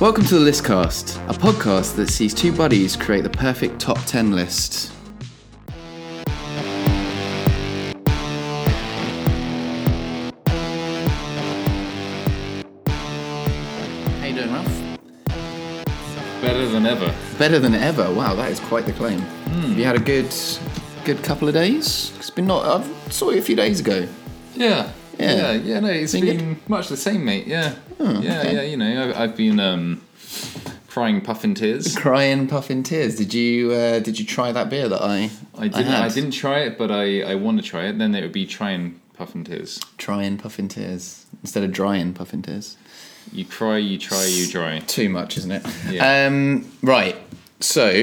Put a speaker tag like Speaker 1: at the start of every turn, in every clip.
Speaker 1: Welcome to the Listcast, a podcast that sees two buddies create the perfect top 10 list. How you doing, Ralph?
Speaker 2: Better than ever.
Speaker 1: Better than ever. Wow, that is quite the claim. Have you had a good good couple of days? It's been not I saw you a few days ago.
Speaker 2: Yeah.
Speaker 1: Yeah.
Speaker 2: Yeah. Yeah. No, it's
Speaker 1: Been
Speaker 2: been, Oh,
Speaker 1: good?
Speaker 2: much the same, mate. Yeah. yeah.
Speaker 1: okay.
Speaker 2: Yeah. You know, I've, I've been um, crying, puffing tears.
Speaker 1: Crying, puffing tears. Did you uh, did you try that beer that I
Speaker 2: I didn't.
Speaker 1: had?
Speaker 2: I, didn't try it, but I, I want to try it. Then it would be trying puffing tears.
Speaker 1: Trying puffing tears instead of drying puffing tears.
Speaker 2: You cry, you try, you dry.
Speaker 1: Too much, isn't it?
Speaker 2: Yeah.
Speaker 1: Um, right. So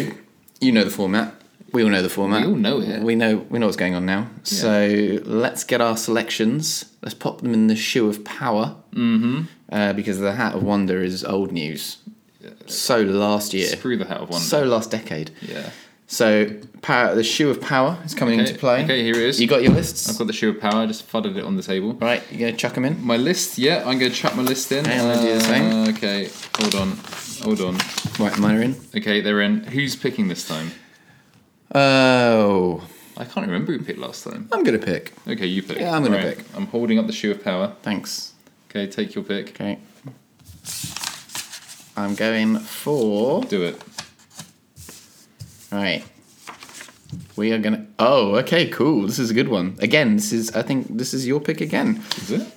Speaker 1: you know the format. We all know the format.
Speaker 2: We all know it.
Speaker 1: We know we know what's going on now. So let's get our selections. Let's pop them in the shoe of power. Mm-hmm. Uh, because the hat of wonder is old news. So last year.
Speaker 2: Screw the hat of one.
Speaker 1: So last decade.
Speaker 2: yeah.
Speaker 1: So power, the shoe of power is coming
Speaker 2: Okay,
Speaker 1: into play.
Speaker 2: okay, here it is.
Speaker 1: You got your lists,
Speaker 2: I've got the shoe of power. I just fudded it on the table.
Speaker 1: right? You gonna chuck them in?
Speaker 2: My list. Yeah. I'm gonna chuck my list in.
Speaker 1: Hey, I'm gonna do the same.
Speaker 2: Uh, Okay. Hold on. Hold on.
Speaker 1: Right, mine are in.
Speaker 2: Okay, they're in. Who's picking this time?
Speaker 1: Oh,
Speaker 2: I can't remember who picked last time.
Speaker 1: I'm gonna pick.
Speaker 2: Okay, you pick.
Speaker 1: Yeah, I'm gonna pick.
Speaker 2: I'm holding up the shoe of power.
Speaker 1: Thanks.
Speaker 2: Okay, take your pick.
Speaker 1: Okay. I'm going for
Speaker 2: Do it.
Speaker 1: right. We are gonna. Oh, okay, cool. This is a good one. Again, this is. I think this is your pick again.
Speaker 2: Is it?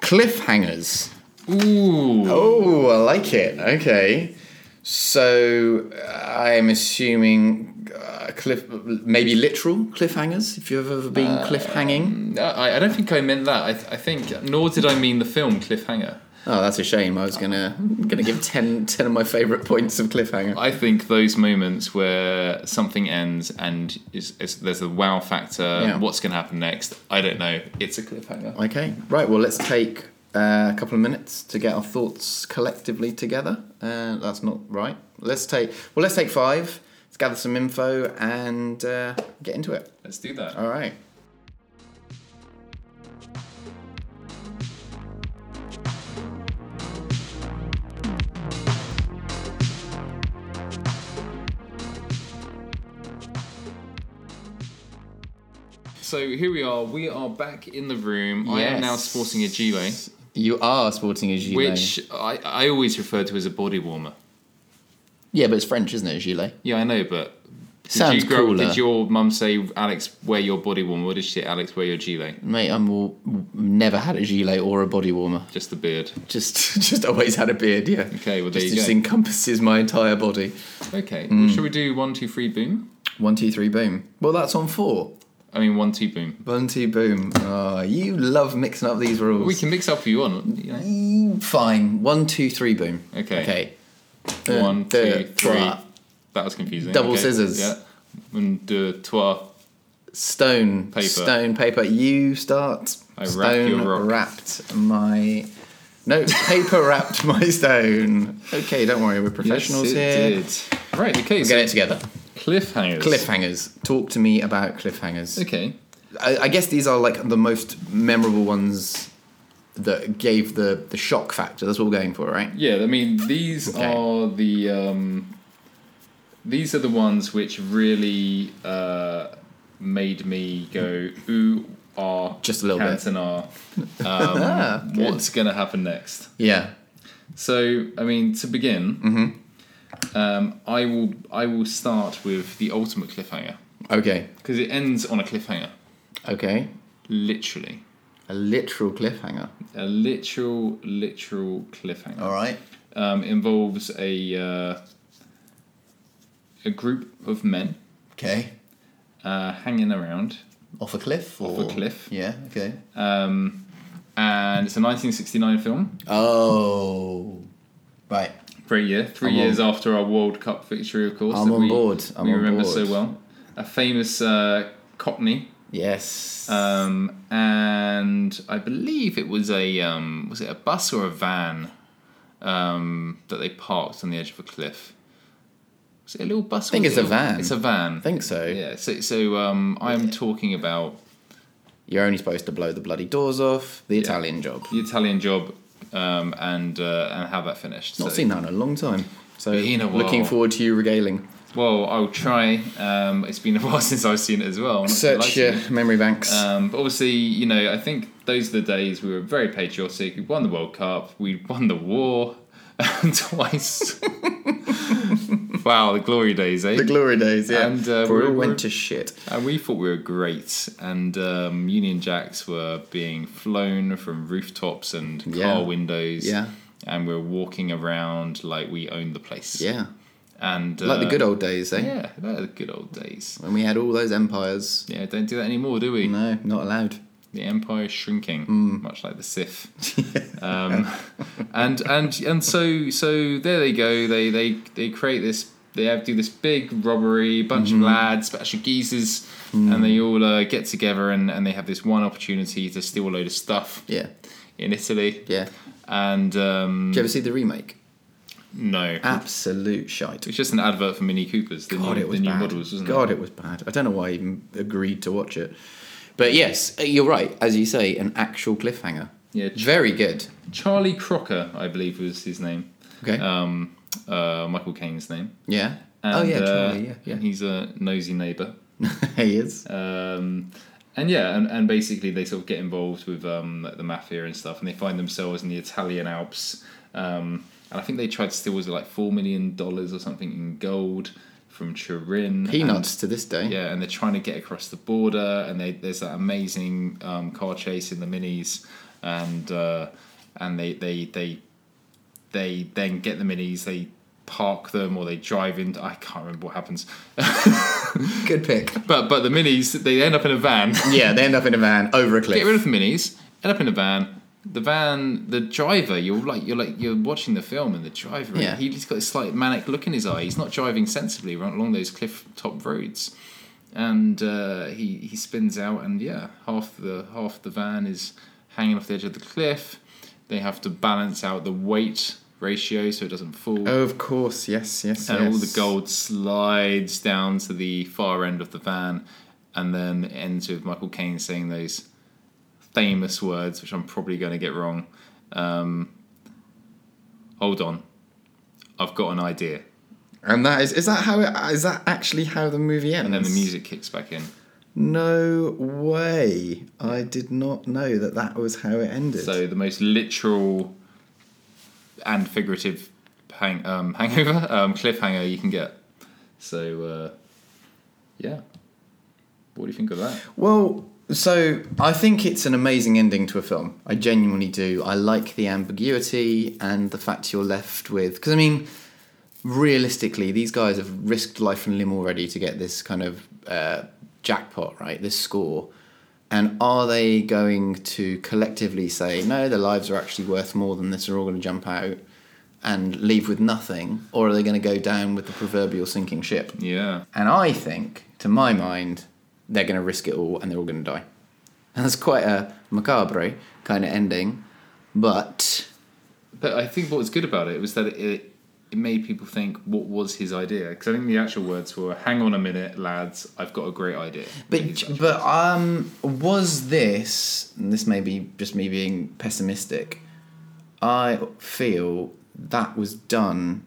Speaker 1: Cliffhangers.
Speaker 2: Ooh.
Speaker 1: Oh, I like it. Okay. So uh, I'm assuming uh, cliff, maybe literal cliffhangers. If you've ever been cliffhanging,
Speaker 2: No, I, I don't think I meant that. I, th- I think, nor did I mean the film Cliffhanger.
Speaker 1: oh, that's a shame. I was gonna gonna give 10, 10 of my favorite points of cliffhanger.
Speaker 2: I think those moments where something ends and is, is, there's a wow factor.
Speaker 1: Yeah.
Speaker 2: What's going to happen next? I don't know. It's a cliffhanger.
Speaker 1: Okay, right. Well, let's take uh, a couple of minutes to get our thoughts collectively together. Uh, that's not right. Let's take well, let's take five. Let's gather some info and uh, get into it.
Speaker 2: Let's do that.
Speaker 1: All right.
Speaker 2: So here we are. We are back in the room. I am now
Speaker 1: Yes.
Speaker 2: sporting a gilet,
Speaker 1: You are sporting a gilet.
Speaker 2: which I, I always refer to as a body warmer.
Speaker 1: Yeah, but it's French, isn't it? A gilet.
Speaker 2: Yeah, I know, but did
Speaker 1: Sounds
Speaker 2: you grow,
Speaker 1: cooler.
Speaker 2: Did your mum say, "Alex, wear your body warmer"? Or did she say, "Alex, wear your gilet"?
Speaker 1: Mate, I'm all, never had a gilet or a body warmer.
Speaker 2: Just the beard.
Speaker 1: Just, just always had a beard. Yeah.
Speaker 2: Okay, well, there
Speaker 1: just,
Speaker 2: you
Speaker 1: just
Speaker 2: go.
Speaker 1: encompasses my entire body.
Speaker 2: Okay.
Speaker 1: Mm.
Speaker 2: Shall we do one, two, three, boom?
Speaker 1: One, two, three, boom. Well, that's on four.
Speaker 2: I mean, one, two, boom.
Speaker 1: One, two, boom. Ah, you love mixing up these rules. Mm,
Speaker 2: We can mix up if you want. You know.
Speaker 1: Fine. One, two, three, boom.
Speaker 2: Okay.
Speaker 1: Okay.
Speaker 2: One,
Speaker 1: deux,
Speaker 2: two, three.
Speaker 1: trois.
Speaker 2: That was confusing.
Speaker 1: Double
Speaker 2: Okay.
Speaker 1: scissors.
Speaker 2: Yeah. One, deux, trois.
Speaker 1: Stone.
Speaker 2: Paper.
Speaker 1: Stone, paper. You start.
Speaker 2: I wrap
Speaker 1: stone
Speaker 2: your rock.
Speaker 1: wrapped my. No, paper wrapped my stone. Okay, don't worry, we're professionals
Speaker 2: Yes,
Speaker 1: here.
Speaker 2: it did. Right. Okay.
Speaker 1: Get
Speaker 2: So
Speaker 1: it together.
Speaker 2: cliffhangers.
Speaker 1: Cliffhangers. Talk to me about cliffhangers.
Speaker 2: Okay.
Speaker 1: I, I guess these are like the most memorable ones that gave the, the shock factor. That's what we're going for, right?
Speaker 2: Yeah, I mean these
Speaker 1: Okay.
Speaker 2: are the um, these are the ones which really uh, made me go ooh ah
Speaker 1: Just a little bit.
Speaker 2: Cantona, bit.
Speaker 1: Ah,
Speaker 2: Um,
Speaker 1: good.
Speaker 2: what's going to happen next?
Speaker 1: Yeah.
Speaker 2: So I mean to begin,
Speaker 1: Mm-hmm.
Speaker 2: um, I will I will start with the ultimate cliffhanger
Speaker 1: Okay.
Speaker 2: because it ends on a cliffhanger,
Speaker 1: Okay.
Speaker 2: literally
Speaker 1: A literal cliffhanger.
Speaker 2: a literal literal cliffhanger.
Speaker 1: All right.
Speaker 2: um, involves a uh, a group of men
Speaker 1: Okay.
Speaker 2: uh, hanging around,
Speaker 1: Off a cliff? Or...
Speaker 2: a cliff.
Speaker 1: Yeah, okay.
Speaker 2: um, and it's a 1969 film.
Speaker 1: Oh. Right.
Speaker 2: Great year, 3
Speaker 1: I'm on-
Speaker 2: years after our World Cup victory, of course.
Speaker 1: I'm
Speaker 2: that
Speaker 1: on
Speaker 2: we,
Speaker 1: board, I'm
Speaker 2: we
Speaker 1: on
Speaker 2: remember
Speaker 1: board.
Speaker 2: so well. A famous uh, Cockney,
Speaker 1: Yes.
Speaker 2: um, and I believe it was a um, was it a bus or a van um, that they parked on the edge of a cliff. Was it a little bus? I
Speaker 1: think it's a van.
Speaker 2: It's a van.
Speaker 1: I think so.
Speaker 2: Yeah, so so um, I'm talking about
Speaker 1: You're only supposed to blow the bloody doors off. The Italian job.
Speaker 2: the Italian job um, and uh, and have that finished.
Speaker 1: Not
Speaker 2: So-
Speaker 1: seen that in a long time. So
Speaker 2: Been a while.
Speaker 1: looking forward to you regaling.
Speaker 2: Well, I'll try. Um, it's been a while since I've seen it as well. I'm not gonna lie
Speaker 1: Search
Speaker 2: to you.
Speaker 1: your memory banks.
Speaker 2: Um, but obviously, you know, I think those are the days we were very patriotic. We won the World Cup. We won the war twice. wow, the glory days, eh?
Speaker 1: the glory days, yeah.
Speaker 2: and, uh,
Speaker 1: Before it
Speaker 2: we-
Speaker 1: all
Speaker 2: we-
Speaker 1: went to shit.
Speaker 2: and we thought we were great. And um, Union Jacks were being flown from rooftops and car
Speaker 1: Yeah.
Speaker 2: windows.
Speaker 1: Yeah.
Speaker 2: And we were walking around like we owned the place.
Speaker 1: Yeah.
Speaker 2: And uh,
Speaker 1: Like the good old days, eh?
Speaker 2: Yeah, they're the good old days.
Speaker 1: When we had all those empires.
Speaker 2: Yeah, don't do that anymore, do we?
Speaker 1: No, Hmm. not allowed.
Speaker 2: The empire is shrinking, much like the Sith.
Speaker 1: Uh,
Speaker 2: um, and and and so so there they go. They they they create this. They have do this big robbery. Bunch
Speaker 1: Mm-hmm.
Speaker 2: of lads, bunch of geezers,
Speaker 1: Hmm.
Speaker 2: and they all uh, get together and, and they have this one opportunity to steal a load of stuff
Speaker 1: Yeah.
Speaker 2: in Italy.
Speaker 1: Yeah.
Speaker 2: And um,
Speaker 1: Did you ever see the remake?
Speaker 2: no,
Speaker 1: Absolute shite.
Speaker 2: it's just an advert for Mini Coopers. The
Speaker 1: Ah. God,
Speaker 2: new,
Speaker 1: it was
Speaker 2: the new
Speaker 1: bad.
Speaker 2: models, wasn't
Speaker 1: God,
Speaker 2: it?
Speaker 1: it was bad. I don't know why I even agreed to watch it. But yes, uh, you're right. As you say, an actual cliffhanger.
Speaker 2: Yeah, Ch-
Speaker 1: Very good.
Speaker 2: Charlie Crocker, I believe, was his name.
Speaker 1: Okay.
Speaker 2: Um, uh, Michael Caine's name.
Speaker 1: yeah.
Speaker 2: And,
Speaker 1: oh yeah,
Speaker 2: uh,
Speaker 1: Charlie. Yeah,
Speaker 2: He's a nosy neighbour.
Speaker 1: yeah. he is.
Speaker 2: Um, and yeah, and, and basically they sort of get involved with um, like the mafia and stuff, and they find themselves in the Italian Alps. Um, and I think they tried to steal was it like four million dollars or something in gold from Turin. And-
Speaker 1: Peanuts to this day.
Speaker 2: yeah, and they're trying to get across the border, and they, there's that amazing um, car chase in the minis, and uh, and they, they they they then get the minis, they park them, or they drive into. I can't remember what happens,
Speaker 1: Good pick.
Speaker 2: but but the minis they end up in a van.
Speaker 1: yeah, they end up in a van over a cliff.
Speaker 2: get rid of the minis, end up in a van. The van, the driver, you're like you're like you're watching the film, and the driver,
Speaker 1: Yeah.
Speaker 2: he's got this slight manic look in his eye. He's not driving sensibly right along those cliff top roads, and uh, he he spins out, and yeah, half the half the van is hanging off the edge of the cliff. They have to balance out the weight ratio so it doesn't fall,
Speaker 1: Oh, of course. Yes, yes.
Speaker 2: and all the
Speaker 1: yes.
Speaker 2: gold slides down to the far end of the van, and then it ends with Michael Caine saying those famous words, which I'm probably going to get wrong. Um, Hold on, I've got an idea,
Speaker 1: And that is is that how it, is that actually how the movie ends?
Speaker 2: and then the music kicks back in.
Speaker 1: No way. I did not know that that was how it ended.
Speaker 2: So the most literal and figurative hang, um, hangover um, cliffhanger you can get. So uh, yeah, what do you think of that?
Speaker 1: Well, so I think it's an amazing ending to a film. I genuinely do. I like the ambiguity and the fact you're left with. Because, I mean, realistically, these guys have risked life and limb already to get this kind of uh, jackpot, right? This score. And are they going to collectively say, no, their lives are actually worth more than this, they're all going to jump out and leave with nothing? Or are they going to go down with the proverbial sinking ship?
Speaker 2: Yeah.
Speaker 1: And I think, to my mind, they're going to risk it all and they're all going to die. And that's quite a macabre kind of ending, but
Speaker 2: But I think what was good about it was that it it made people think what was his idea because I think the actual words were "Hang on a minute, lads, I've got a great idea." His
Speaker 1: but
Speaker 2: actual-
Speaker 1: but um, was this? And this may be just me being pessimistic. I feel that was done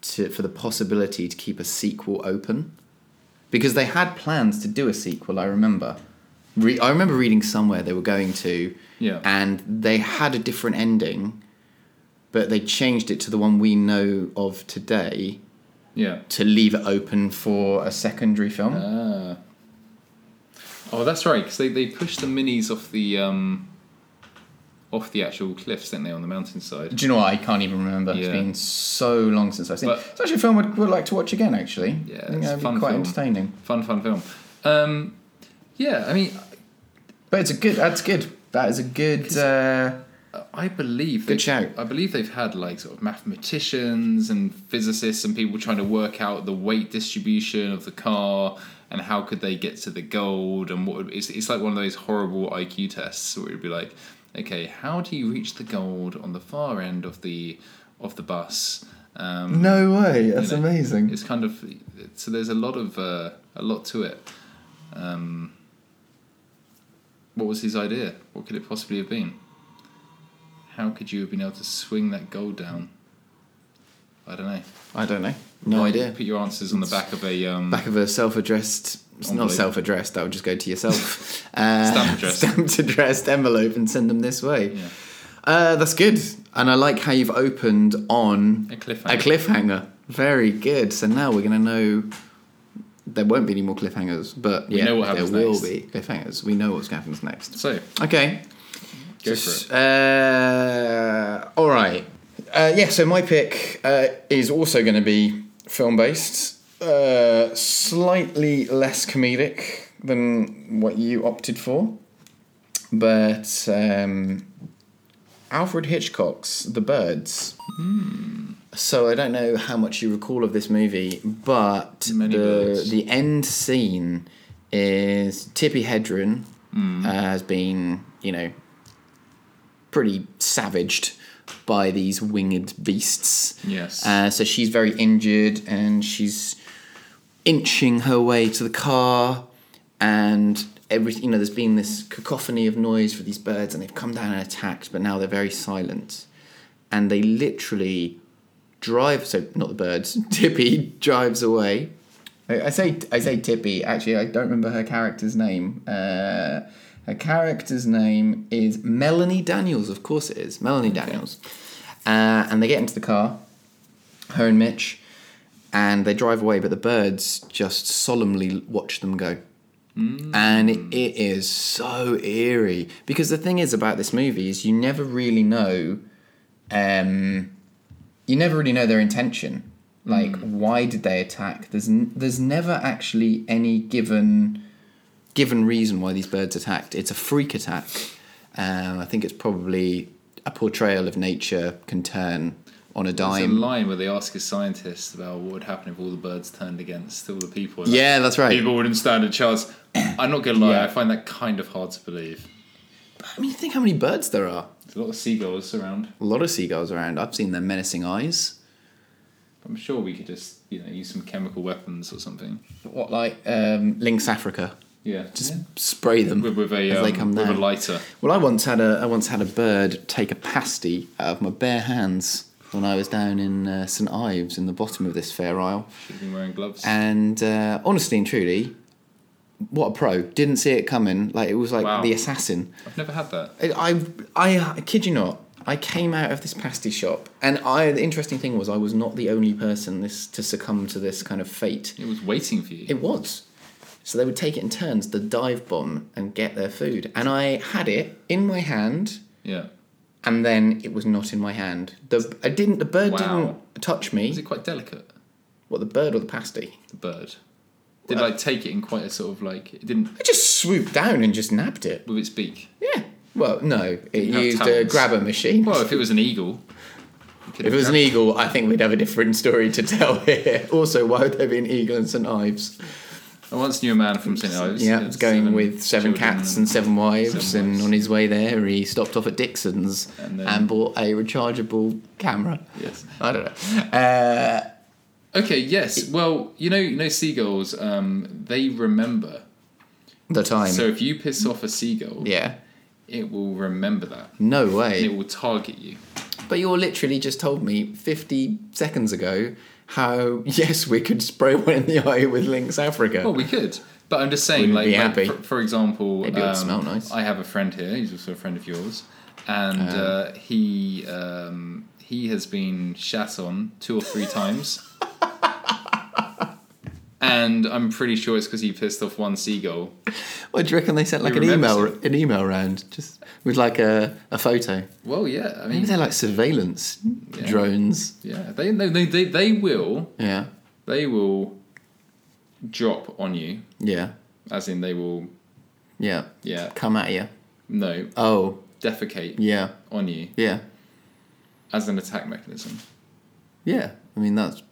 Speaker 1: to for the possibility to keep a sequel open. because they had plans to do a sequel. I remember, Re- I remember reading somewhere they were going to,
Speaker 2: Yeah.
Speaker 1: and they had a different ending, but they changed it to the one we know of today
Speaker 2: yeah.
Speaker 1: to leave it open for a secondary film.
Speaker 2: Ah. Oh, that's right. Because they, they pushed the minis off the um, off the actual cliffs, didn't they, on the mountainside?
Speaker 1: do you know what? I can't even remember. It's
Speaker 2: Yeah.
Speaker 1: been so long since I've seen. it.
Speaker 2: But-
Speaker 1: it's actually a film I'd, would like to watch again. Actually,
Speaker 2: Yeah,
Speaker 1: I think
Speaker 2: it's a
Speaker 1: that'd be
Speaker 2: fun
Speaker 1: quite
Speaker 2: film.
Speaker 1: entertaining.
Speaker 2: Fun, fun film. Um, yeah, I mean,
Speaker 1: But it's a good. That's good. That is a good. Uh,
Speaker 2: I believe
Speaker 1: Good
Speaker 2: they-
Speaker 1: shout.
Speaker 2: I believe they've had like sort of mathematicians and physicists and people trying to work out the weight distribution of the car and how could they get to the gold and what would- it's, it's like one of those horrible IQ tests where it'd be like, okay, how do you reach the gold on the far end of the of the bus? Um,
Speaker 1: no way. That's
Speaker 2: know,
Speaker 1: amazing.
Speaker 2: It's kind of so there's a lot of uh, a lot to it. Um, what was his idea? What could it possibly have been? How could you have been able to swing that goal down? I don't know.
Speaker 1: I don't know. No
Speaker 2: Right,
Speaker 1: idea.
Speaker 2: Put your answers on the back of a um,
Speaker 1: Back of a self-addressed, it's not
Speaker 2: Envelope.
Speaker 1: self-addressed. That would just go to yourself. Uh,
Speaker 2: Stamp addressed.
Speaker 1: stamped addressed envelope and send them this way.
Speaker 2: yeah,
Speaker 1: Uh, that's good, and I like how you've opened on
Speaker 2: a cliffhanger.
Speaker 1: a cliffhanger. Very good. So now we're gonna know. There won't be any more cliffhangers, but
Speaker 2: We
Speaker 1: yeah,
Speaker 2: know what
Speaker 1: there
Speaker 2: happens
Speaker 1: will
Speaker 2: next.
Speaker 1: be cliffhangers. We know what's happens next.
Speaker 2: so
Speaker 1: Okay.
Speaker 2: Go
Speaker 1: Just, Uh, all right. Uh, yeah, so my pick uh, is also going to be film based, uh, slightly less comedic than what you opted for, but um, Alfred Hitchcock's The Birds. So I don't know how much you recall of this movie, but
Speaker 2: Many
Speaker 1: the,
Speaker 2: birds.
Speaker 1: the end scene is Tippi Hedren
Speaker 2: Hmm.
Speaker 1: uh, has been, you know, pretty savaged by these winged beasts.
Speaker 2: Yes.
Speaker 1: Uh, so she's very injured and she's inching her way to the car and every you know there's been this cacophony of noise for these birds and they've come down and attacked but now they're very silent and they literally drive so not the birds tippy drives away I I say I say Tippy. Actually, I don't remember her character's name. Uh, her character's name is Melanie Daniels. Of course, it is Melanie Daniels. Uh, and they get into the car, her and Mitch, and they drive away. But the birds just solemnly watch them go. And it, it is so eerie because the thing is about this movie is you never really know. Um, you never really know their intention. Like, why did they attack? There's n- there's never actually any given given reason why these birds attacked. It's a freak attack. Um, I think it's probably a portrayal of nature can turn on a
Speaker 2: there's a
Speaker 1: dime.
Speaker 2: line where they ask a scientist about what would happen if all the birds turned against all the people. and
Speaker 1: Yeah, that's right.
Speaker 2: people wouldn't stand a chance. I'm not gonna lie,
Speaker 1: Yeah.
Speaker 2: I find that kind of hard to believe.
Speaker 1: I mean, think how many birds there are.
Speaker 2: There's a lot of seagulls around.
Speaker 1: A lot of seagulls around. I've seen their menacing eyes.
Speaker 2: I'm sure we could just, you know, use some chemical weapons or something.
Speaker 1: What like um, Lynx Africa?
Speaker 2: Yeah,
Speaker 1: Just
Speaker 2: Yeah.
Speaker 1: spray them
Speaker 2: with, with a
Speaker 1: as
Speaker 2: um,
Speaker 1: they come
Speaker 2: with
Speaker 1: down.
Speaker 2: a lighter.
Speaker 1: Well, I once had a I once had a bird take a pasty out of my bare hands when I was down in uh, St Ives in the bottom of this fair isle,
Speaker 2: Should have been wearing gloves.
Speaker 1: and uh, honestly and truly, what a pro! Didn't see it coming. Like it was like
Speaker 2: Wow.
Speaker 1: the assassin.
Speaker 2: I've never had that.
Speaker 1: I, I I I kid you not. I came out of this pasty shop, and I the interesting thing was I was not the only person this to succumb to this kind of fate.
Speaker 2: It was waiting for you.
Speaker 1: It was. So they would take it in turns to dive bomb and get their food, and I had it in my hand
Speaker 2: yeah.
Speaker 1: and then it was not in my hand. The I didn't. The bird
Speaker 2: Wow.
Speaker 1: didn't touch
Speaker 2: Was
Speaker 1: me.
Speaker 2: it quite delicate?
Speaker 1: What the bird or the pasty?
Speaker 2: The bird did like take it in quite a sort of like it didn't
Speaker 1: I just swooped down and just nabbed it.
Speaker 2: with its beak.
Speaker 1: Yeah. Well, no, it
Speaker 2: have
Speaker 1: used a
Speaker 2: talons.
Speaker 1: grabber machine.
Speaker 2: Well, if it was an eagle,
Speaker 1: if it was an eagle, I think we'd have a different story to tell here. Also, why would there be an eagle in St Ives?
Speaker 2: I once knew a man from St Ives.
Speaker 1: Yeah,
Speaker 2: He
Speaker 1: it's
Speaker 2: had
Speaker 1: going with seven
Speaker 2: children
Speaker 1: cats and seven wives,
Speaker 2: seven
Speaker 1: and
Speaker 2: wives.
Speaker 1: on his way there, he stopped off at Dixon's and,
Speaker 2: And then-
Speaker 1: bought a rechargeable camera.
Speaker 2: Yes.
Speaker 1: I don't know. Uh,
Speaker 2: Okay. Yes. Well, you know, you know, seagulls. Um, they remember.
Speaker 1: the time.
Speaker 2: So if you piss off a seagull,
Speaker 1: Um, yeah.
Speaker 2: it will remember that.
Speaker 1: No way.
Speaker 2: It will target you.
Speaker 1: But you literally just told me 50 seconds ago how, yes, we could spray one in the eye with Lynx Africa.
Speaker 2: Well, Oh, we could, but I'm just saying,
Speaker 1: Wouldn't
Speaker 2: like,
Speaker 1: be happy.
Speaker 2: like, for, for example, um,
Speaker 1: Maybe it would smell nice. Um.
Speaker 2: I have a friend here; he's also a friend of yours, and uh, he um, he has been shat on two or three times, and I'm pretty sure it's because he pissed off one seagull.
Speaker 1: what do you reckon they sent like
Speaker 2: We
Speaker 1: an
Speaker 2: remember
Speaker 1: email an email round just with like a, a photo?
Speaker 2: Well, yeah, I
Speaker 1: Maybe
Speaker 2: mean,
Speaker 1: they're like surveillance
Speaker 2: Mm-hmm.
Speaker 1: drones.
Speaker 2: yeah, they no, they, they they will
Speaker 1: Yeah.
Speaker 2: they will drop on you,
Speaker 1: Yeah.
Speaker 2: as in they will
Speaker 1: Yeah.
Speaker 2: yeah
Speaker 1: Come at you.
Speaker 2: no
Speaker 1: Oh,
Speaker 2: defecate
Speaker 1: yeah.
Speaker 2: on you
Speaker 1: Yeah.
Speaker 2: as an attack mechanism.
Speaker 1: Yeah. I mean, that's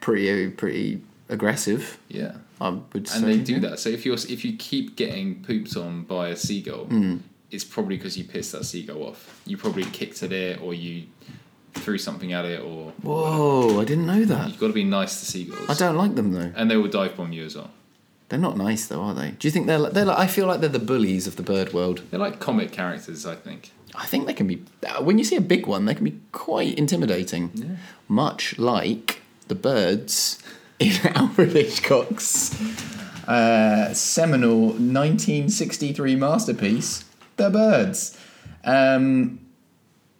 Speaker 1: pretty, pretty aggressive,
Speaker 2: Yeah.
Speaker 1: I would say.
Speaker 2: and they do that. So if you're if you keep getting pooped on by a seagull,
Speaker 1: Hmm.
Speaker 2: it's probably because you pissed that seagull off. You probably kicked at it, or you threw something at it, or
Speaker 1: Whoa, I didn't know that.
Speaker 2: you've got to be nice to
Speaker 1: I
Speaker 2: seagulls.
Speaker 1: don't like them though.
Speaker 2: And they will dive bomb you as well.
Speaker 1: They're not nice though, are they? Do you think they're like, they're like I feel like they're the bullies of the bird world.
Speaker 2: They're like comic characters, I think.
Speaker 1: I think they can be, uh, when you see a big one, they can be quite intimidating. Much like the birds in Alfred Hitchcock's uh, seminal 1963 masterpiece, The Birds. Um,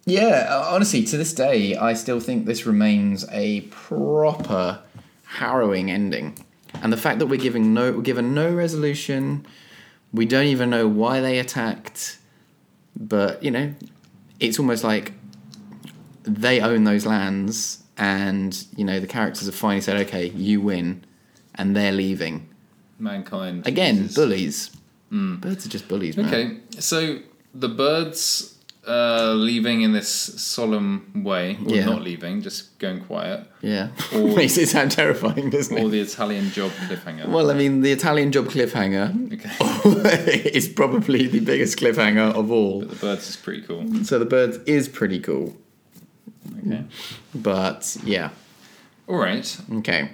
Speaker 1: yeah, uh, honestly, to this day, I still think this remains a proper harrowing ending. And the fact that we're giving no, we're given no resolution, we don't even know why they attacked, but you know, it's almost like they own those lands, and you know, the characters have finally said, "Okay, you win," and they're leaving
Speaker 2: Mankind
Speaker 1: again.
Speaker 2: uses-
Speaker 1: Bullies. Birds are just bullies, man.
Speaker 2: Hmm. Okay, so the birds uh, leaving in this solemn way, or
Speaker 1: Yeah.
Speaker 2: not leaving, just going quiet,
Speaker 1: Yeah,
Speaker 2: Or-
Speaker 1: makes it sound terrifying, doesn't it?
Speaker 2: or the Italian job cliffhanger.
Speaker 1: Well, I mean, the Italian job cliffhanger
Speaker 2: Okay,
Speaker 1: is probably the biggest cliffhanger of all.
Speaker 2: the birds is pretty cool.
Speaker 1: So the birds is pretty cool,
Speaker 2: Okay,
Speaker 1: but yeah,
Speaker 2: all right.
Speaker 1: okay,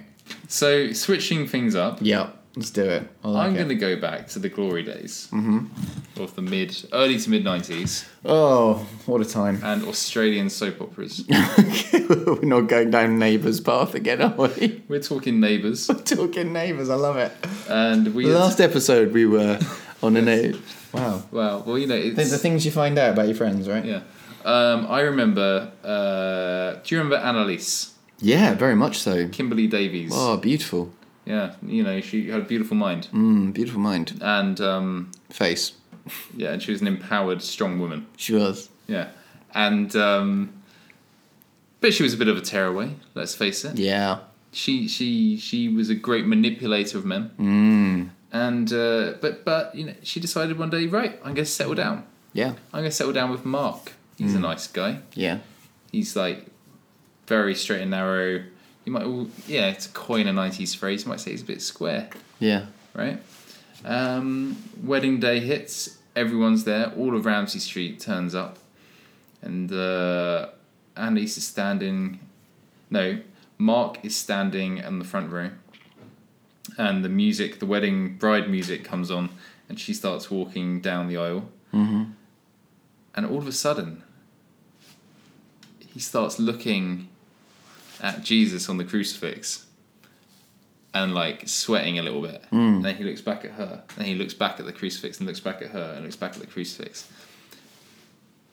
Speaker 2: So switching things up,
Speaker 1: yeah, let's do it. I like
Speaker 2: I'm
Speaker 1: it. Mm-hmm.
Speaker 2: going to go back to the glory days of the mid, early to mid '90s,
Speaker 1: Oh, what a time!
Speaker 2: and Australian soap operas.
Speaker 1: We're not going down neighbours path again, are we?
Speaker 2: We're talking Neighbours,
Speaker 1: We're talking neighbours. I love it.
Speaker 2: and we
Speaker 1: The last episode we were on a note. Wow,
Speaker 2: well, well, you know, it's,
Speaker 1: there's the things you find out about your friends, right?
Speaker 2: yeah. Um, I remember. Uh, do you remember Annalise?
Speaker 1: Yeah, very much so.
Speaker 2: Kimberly Davies.
Speaker 1: Oh, beautiful.
Speaker 2: Yeah, you know, she had a beautiful mind,
Speaker 1: Mm, beautiful mind,
Speaker 2: and um,
Speaker 1: face.
Speaker 2: yeah, and she was an empowered, strong woman.
Speaker 1: She was.
Speaker 2: Yeah, and um, but she was a bit of a tearaway. Let's face it.
Speaker 1: Yeah.
Speaker 2: She she she was a great manipulator of men, and uh, but but you know, she decided one day, right, I'm going to settle down.
Speaker 1: Yeah.
Speaker 2: I'm going to settle down with Mark. He's a nice guy.
Speaker 1: Yeah.
Speaker 2: He's like very straight and narrow. You might, all yeah, to coin a '90s phrase, you might say he's a bit square.
Speaker 1: Yeah.
Speaker 2: right? Um, wedding day hits. Everyone's there. All of Ramsey Street turns up, and uh, Annalise is standing. No, Mark is standing in the front row, and the music, the wedding bride music, comes on, and she starts walking down the aisle. And all of a sudden, he starts looking at Jesus on the crucifix and like sweating a little bit.
Speaker 1: Mm.
Speaker 2: And then he looks back at her. Then he looks back at the crucifix and looks back at her and looks back at the crucifix.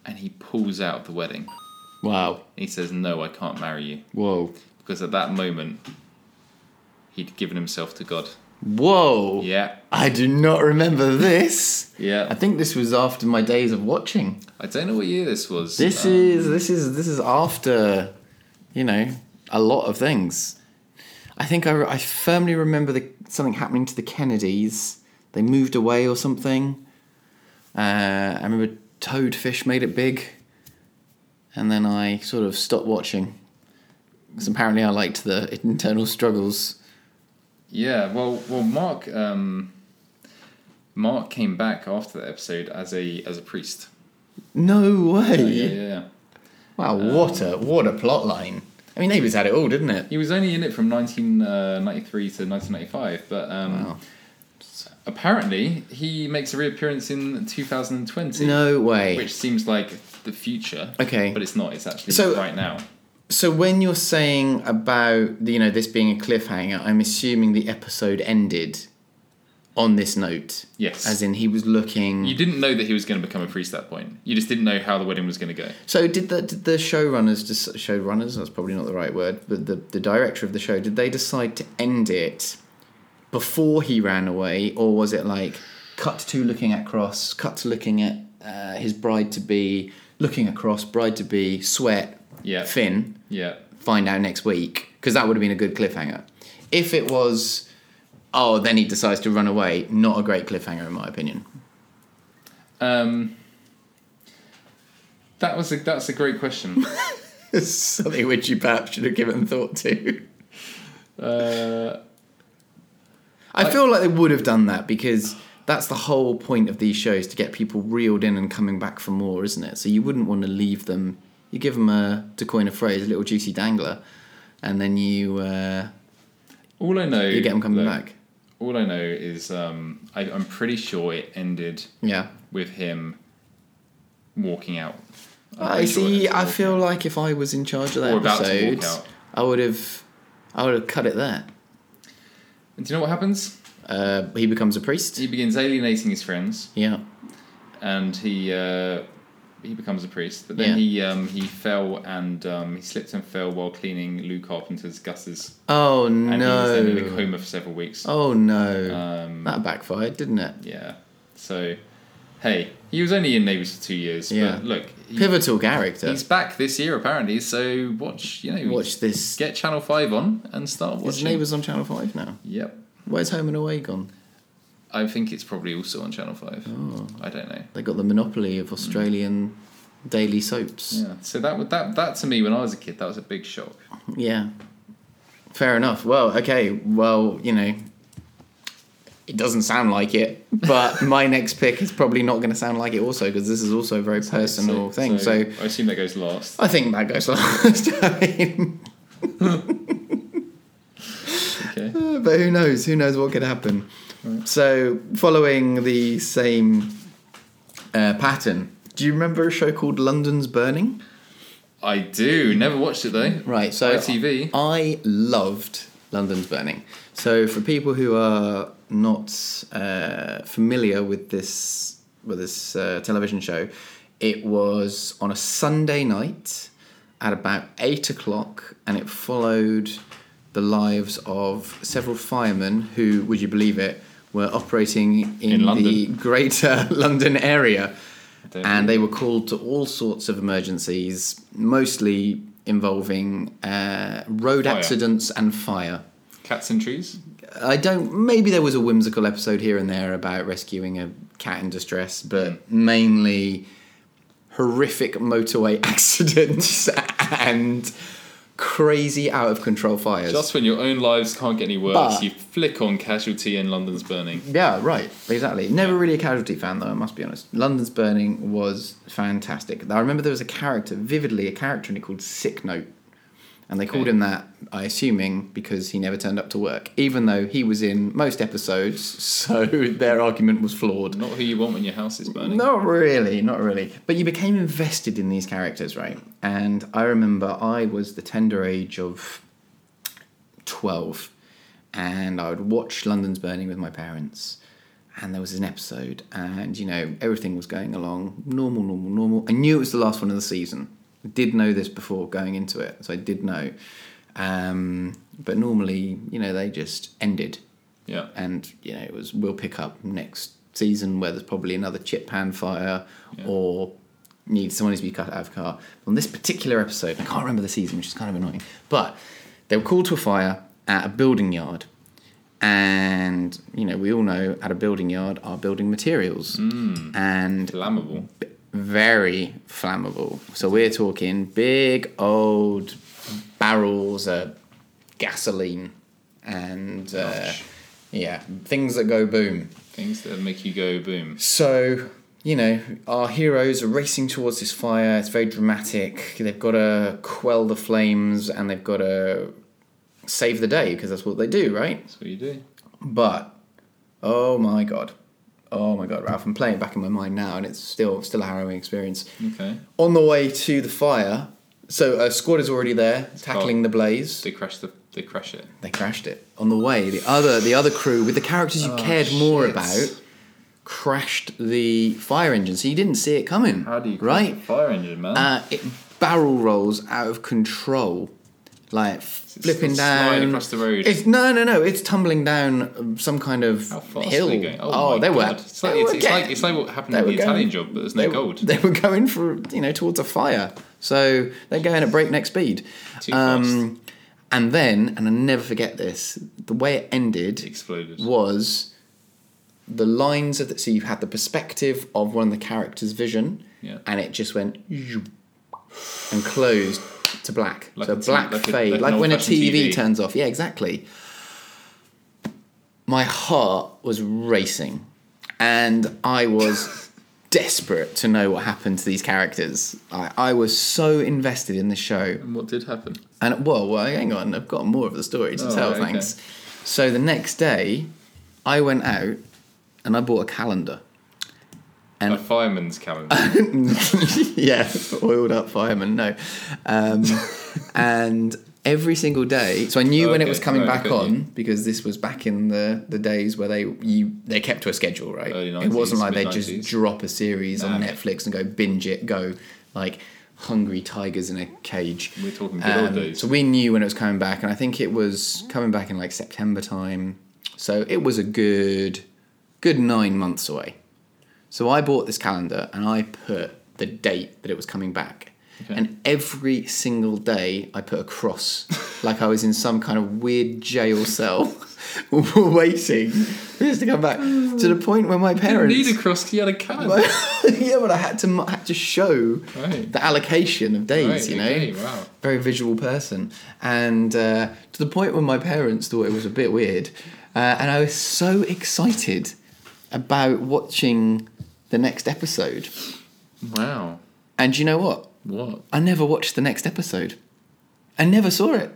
Speaker 2: And he pulls out of the wedding.
Speaker 1: Wow.
Speaker 2: He says, No, I can't marry you.
Speaker 1: Whoa.
Speaker 2: Because at that moment, he'd given himself to God.
Speaker 1: Whoa.
Speaker 2: Yeah.
Speaker 1: I do not remember this. I
Speaker 2: Yeah.
Speaker 1: think this was after my days of watching.
Speaker 2: I don't know what year this was.
Speaker 1: This
Speaker 2: Um,
Speaker 1: is this is this is after, you know, a lot of things. I think I, re- I firmly remember the, something happening to the Kennedys. They moved away or something. Uh, I remember Toadfish made it big, and then I sort of stopped watching because apparently I liked the internal struggles.
Speaker 2: Yeah, well, well, Mark, um, Mark came back after that episode as a as a priest.
Speaker 1: No way!
Speaker 2: Oh, Yeah, yeah, yeah.
Speaker 1: Wow, what a what a plot line. I mean, Neighbours had it all, didn't it?
Speaker 2: He was only in it from 1993 to 1995, but um,
Speaker 1: Wow.
Speaker 2: apparently he makes a reappearance in 2020,
Speaker 1: No way.
Speaker 2: which seems like the future.
Speaker 1: Okay.
Speaker 2: but it's not. It's actually
Speaker 1: So-
Speaker 2: right now.
Speaker 1: So when you're saying about you know this being a cliffhanger, I'm assuming the episode ended on this note.
Speaker 2: Yes.
Speaker 1: As in he was looking.
Speaker 2: You didn't know that he was going to become a priest at that point. You just didn't know how the wedding was going to go.
Speaker 1: so did the did the showrunners just showrunners? That's probably not the right word, but the the director of the show did they decide to end it before he ran away, or was it like cut to looking at cross, cut to looking at uh, his bride to be, looking across bride to be, sweat,
Speaker 2: Yeah.
Speaker 1: Finn,
Speaker 2: Yeah.
Speaker 1: find out next week because that would have been a good cliffhanger. If it was, oh, then he decides to run away, not a great cliffhanger in my opinion.
Speaker 2: Um, that was a, that's a great question.
Speaker 1: It's something which you perhaps should have given thought to.
Speaker 2: uh,
Speaker 1: I
Speaker 2: I-
Speaker 1: feel like they would have done that because that's the whole point of these shows to get people reeled in and coming back for more, isn't it? So you wouldn't want to leave them. You give them a, to coin a phrase, a little juicy dangler, and then you uh,
Speaker 2: all I know,
Speaker 1: you get them coming
Speaker 2: though,
Speaker 1: back.
Speaker 2: All I know is um, I, I'm pretty sure it ended
Speaker 1: Yeah.
Speaker 2: with him walking out. I'm
Speaker 1: Ah, I
Speaker 2: pretty sure
Speaker 1: see.
Speaker 2: that's a
Speaker 1: I
Speaker 2: walking
Speaker 1: feel
Speaker 2: out.
Speaker 1: like if I was in charge of that
Speaker 2: Or about to walk
Speaker 1: episode,
Speaker 2: out.
Speaker 1: I would have, I would have cut it there.
Speaker 2: And do you know what happens?
Speaker 1: Uh, he becomes a priest.
Speaker 2: He begins alienating his friends,
Speaker 1: Yeah.
Speaker 2: and he uh, he becomes a priest. But then
Speaker 1: Yeah.
Speaker 2: he um, he fell and um, he slipped and fell while cleaning Lou Carpenter's gutters,
Speaker 1: Oh
Speaker 2: and he was then in a
Speaker 1: no.
Speaker 2: coma for several weeks.
Speaker 1: Oh no.
Speaker 2: Um,
Speaker 1: that backfired, didn't it?
Speaker 2: yeah. So, hey, he was only in Neighbours for two years.
Speaker 1: Yeah.
Speaker 2: But look, he-
Speaker 1: Pivotal character.
Speaker 2: he's back this year apparently. So watch, you know,
Speaker 1: Watch this.
Speaker 2: get Channel Five on and start watching.
Speaker 1: His neighbours on Channel Five now.
Speaker 2: Yep.
Speaker 1: Where's Home and Away gone?
Speaker 2: I think it's probably also on Channel Five.
Speaker 1: Oh,
Speaker 2: I don't know.
Speaker 1: they got the monopoly of Australian daily soaps.
Speaker 2: Yeah. So that would that that to me when I was a kid that was a big shock.
Speaker 1: Yeah. Fair enough. Well, okay. Well, you know, it doesn't sound like it, but my next pick is probably not going to sound like it also because this is also a very personal thing. so
Speaker 2: I assume that goes last.
Speaker 1: I think that goes last. I mean,
Speaker 2: Okay.
Speaker 1: but who knows? Who knows what could happen? So, following the same uh, pattern, do you remember a show called London's Burning?
Speaker 2: I do. Never watched it though.
Speaker 1: Right. So
Speaker 2: ITV.
Speaker 1: I loved London's Burning. So for people who are not uh, familiar with this with this uh, television show, it was on a Sunday night at about eight o'clock, and it followed the lives of several firemen who, would you believe it, were operating in,
Speaker 2: In London.
Speaker 1: the greater uh, London area
Speaker 2: Don't
Speaker 1: and they were called to all sorts of emergencies, mostly involving uh, road
Speaker 2: Fire.
Speaker 1: accidents and fire.
Speaker 2: Cats and trees.
Speaker 1: I don't. Maybe there was a whimsical episode here and there about rescuing a cat in distress,
Speaker 2: Mm.
Speaker 1: but mainly horrific motorway accidents and crazy out of control fires.
Speaker 2: Just when your own lives can't get any worse,
Speaker 1: But-
Speaker 2: you flick on Casualty and London's Burning.
Speaker 1: Yeah, right. Exactly. Never really a casualty fan though, I must be honest. London's Burning was fantastic. I remember there was a character, vividly a character in it called Sick Note. And they called
Speaker 2: Okay.
Speaker 1: him that, I assuming, because he never turned up to work, even though he was in most episodes, so their argument was flawed.
Speaker 2: Not who you want when your house is burning.
Speaker 1: Not really, not really. But you became invested in these characters, right? And I remember I was the tender age of 12, and I would watch London's Burning with my parents. And there was an episode, and you know, everything was going along normal, normal, normal. I knew it was the last one of the season. I did know this before going into it, so I did know. Um, but normally, you know, they just ended
Speaker 2: Yeah.
Speaker 1: and you know it was we'll pick up next season where there's probably another chip pan fire
Speaker 2: Yeah.
Speaker 1: or need someone needs to be cut out of a car on this particular episode i can't remember the season which is kind of annoying but they were called to a fire at a building yard and you know we all know at a building yard are building materials and
Speaker 2: Flammable.
Speaker 1: very flammable. So we're talking big old barrels of gasoline and uh,
Speaker 2: Gosh.
Speaker 1: yeah, things that go boom.
Speaker 2: Things that make you go boom.
Speaker 1: So, you know, our heroes are racing towards this fire. It's very dramatic. They've got to quell the flames and they've got to save the day because that's what they do, right?
Speaker 2: That's what you do.
Speaker 1: But oh my god. Oh my god, Ralph, I'm playing it back in my mind now and it's still still a harrowing experience
Speaker 2: Okay.
Speaker 1: on the way to the fire, so a squad is already there tackling
Speaker 2: cold.
Speaker 1: the blaze.
Speaker 2: They crash the. They crash it.
Speaker 1: They crashed it. On the way, the other the other crew with the characters you cared more
Speaker 2: Oh, shit.
Speaker 1: about crashed the fire engine, so you didn't see it coming.
Speaker 2: How do you crash
Speaker 1: right?
Speaker 2: a fire engine, man?
Speaker 1: Uh, it barrel rolls out of control, like flipping
Speaker 2: still sliding
Speaker 1: down
Speaker 2: across the road?
Speaker 1: It's no, no, no. It's tumbling down um, some kind of
Speaker 2: How fast
Speaker 1: hill.
Speaker 2: were they going?
Speaker 1: Oh,
Speaker 2: my
Speaker 1: they were.
Speaker 2: God. It's like,
Speaker 1: they
Speaker 2: it's,
Speaker 1: were
Speaker 2: it's like
Speaker 1: getting-
Speaker 2: it's like what happened
Speaker 1: they
Speaker 2: in the
Speaker 1: were going-
Speaker 2: Italian job, but there's no
Speaker 1: they,
Speaker 2: gold.
Speaker 1: They were going for you know towards a fire, so they're going at breakneck speed. Um,
Speaker 2: Too
Speaker 1: And then, and I never forget this, the way it
Speaker 2: It
Speaker 1: ended
Speaker 2: exploded.
Speaker 1: was the lines of the so you had the perspective of one of the characters' vision,
Speaker 2: Yeah.
Speaker 1: and it just went and closed to black,
Speaker 2: Like
Speaker 1: so
Speaker 2: a
Speaker 1: a
Speaker 2: t-
Speaker 1: black
Speaker 2: like a-
Speaker 1: fade,
Speaker 2: like
Speaker 1: like,
Speaker 2: an
Speaker 1: when a
Speaker 2: old-fashioned
Speaker 1: TV,
Speaker 2: TV.
Speaker 1: turns off. Yeah, exactly. My heart was racing, and I was desperate to know what happened to these characters. I, I was so invested in the show.
Speaker 2: And what did happen?
Speaker 1: And well, well, hang on, I've got more of the story to
Speaker 2: Oh,
Speaker 1: tell,
Speaker 2: right, okay.
Speaker 1: thanks. So the next day, I went out and I bought a calendar.
Speaker 2: a fireman's calendar.
Speaker 1: yeah, oiled up fireman. No, um, and every single day. So I knew when it
Speaker 2: Okay,
Speaker 1: was coming
Speaker 2: right,
Speaker 1: back
Speaker 2: got you.
Speaker 1: on because this was back in the, the days where they you they kept to a schedule, right?
Speaker 2: Early
Speaker 1: it wasn't
Speaker 2: 90s,
Speaker 1: like they just
Speaker 2: mid-90s.
Speaker 1: drop a series on
Speaker 2: Nah.
Speaker 1: Netflix and go binge it. Go like hungry tigers in a cage. Um,
Speaker 2: We're talking good old days.
Speaker 1: So we knew when it was coming back, and I think it was coming back in like September time. So it was a good good nine months away. So I bought this calendar and I put the date that it was coming back.
Speaker 2: Okay.
Speaker 1: And every single day I put a cross, like I was in some kind of weird jail cell waiting for this to come back. To the point where my parents.
Speaker 2: Need a cross 'cause you had a calendar.
Speaker 1: yeah, but I had to I had to show
Speaker 2: Right.
Speaker 1: the allocation of days,
Speaker 2: Right,
Speaker 1: you know
Speaker 2: okay, wow.
Speaker 1: very visual person, and uh, to the point where my parents thought it was a bit weird, uh, and I was so excited about watching the next episode.
Speaker 2: Wow.
Speaker 1: And you know what?
Speaker 2: What?
Speaker 1: I never watched the next episode. I never saw it.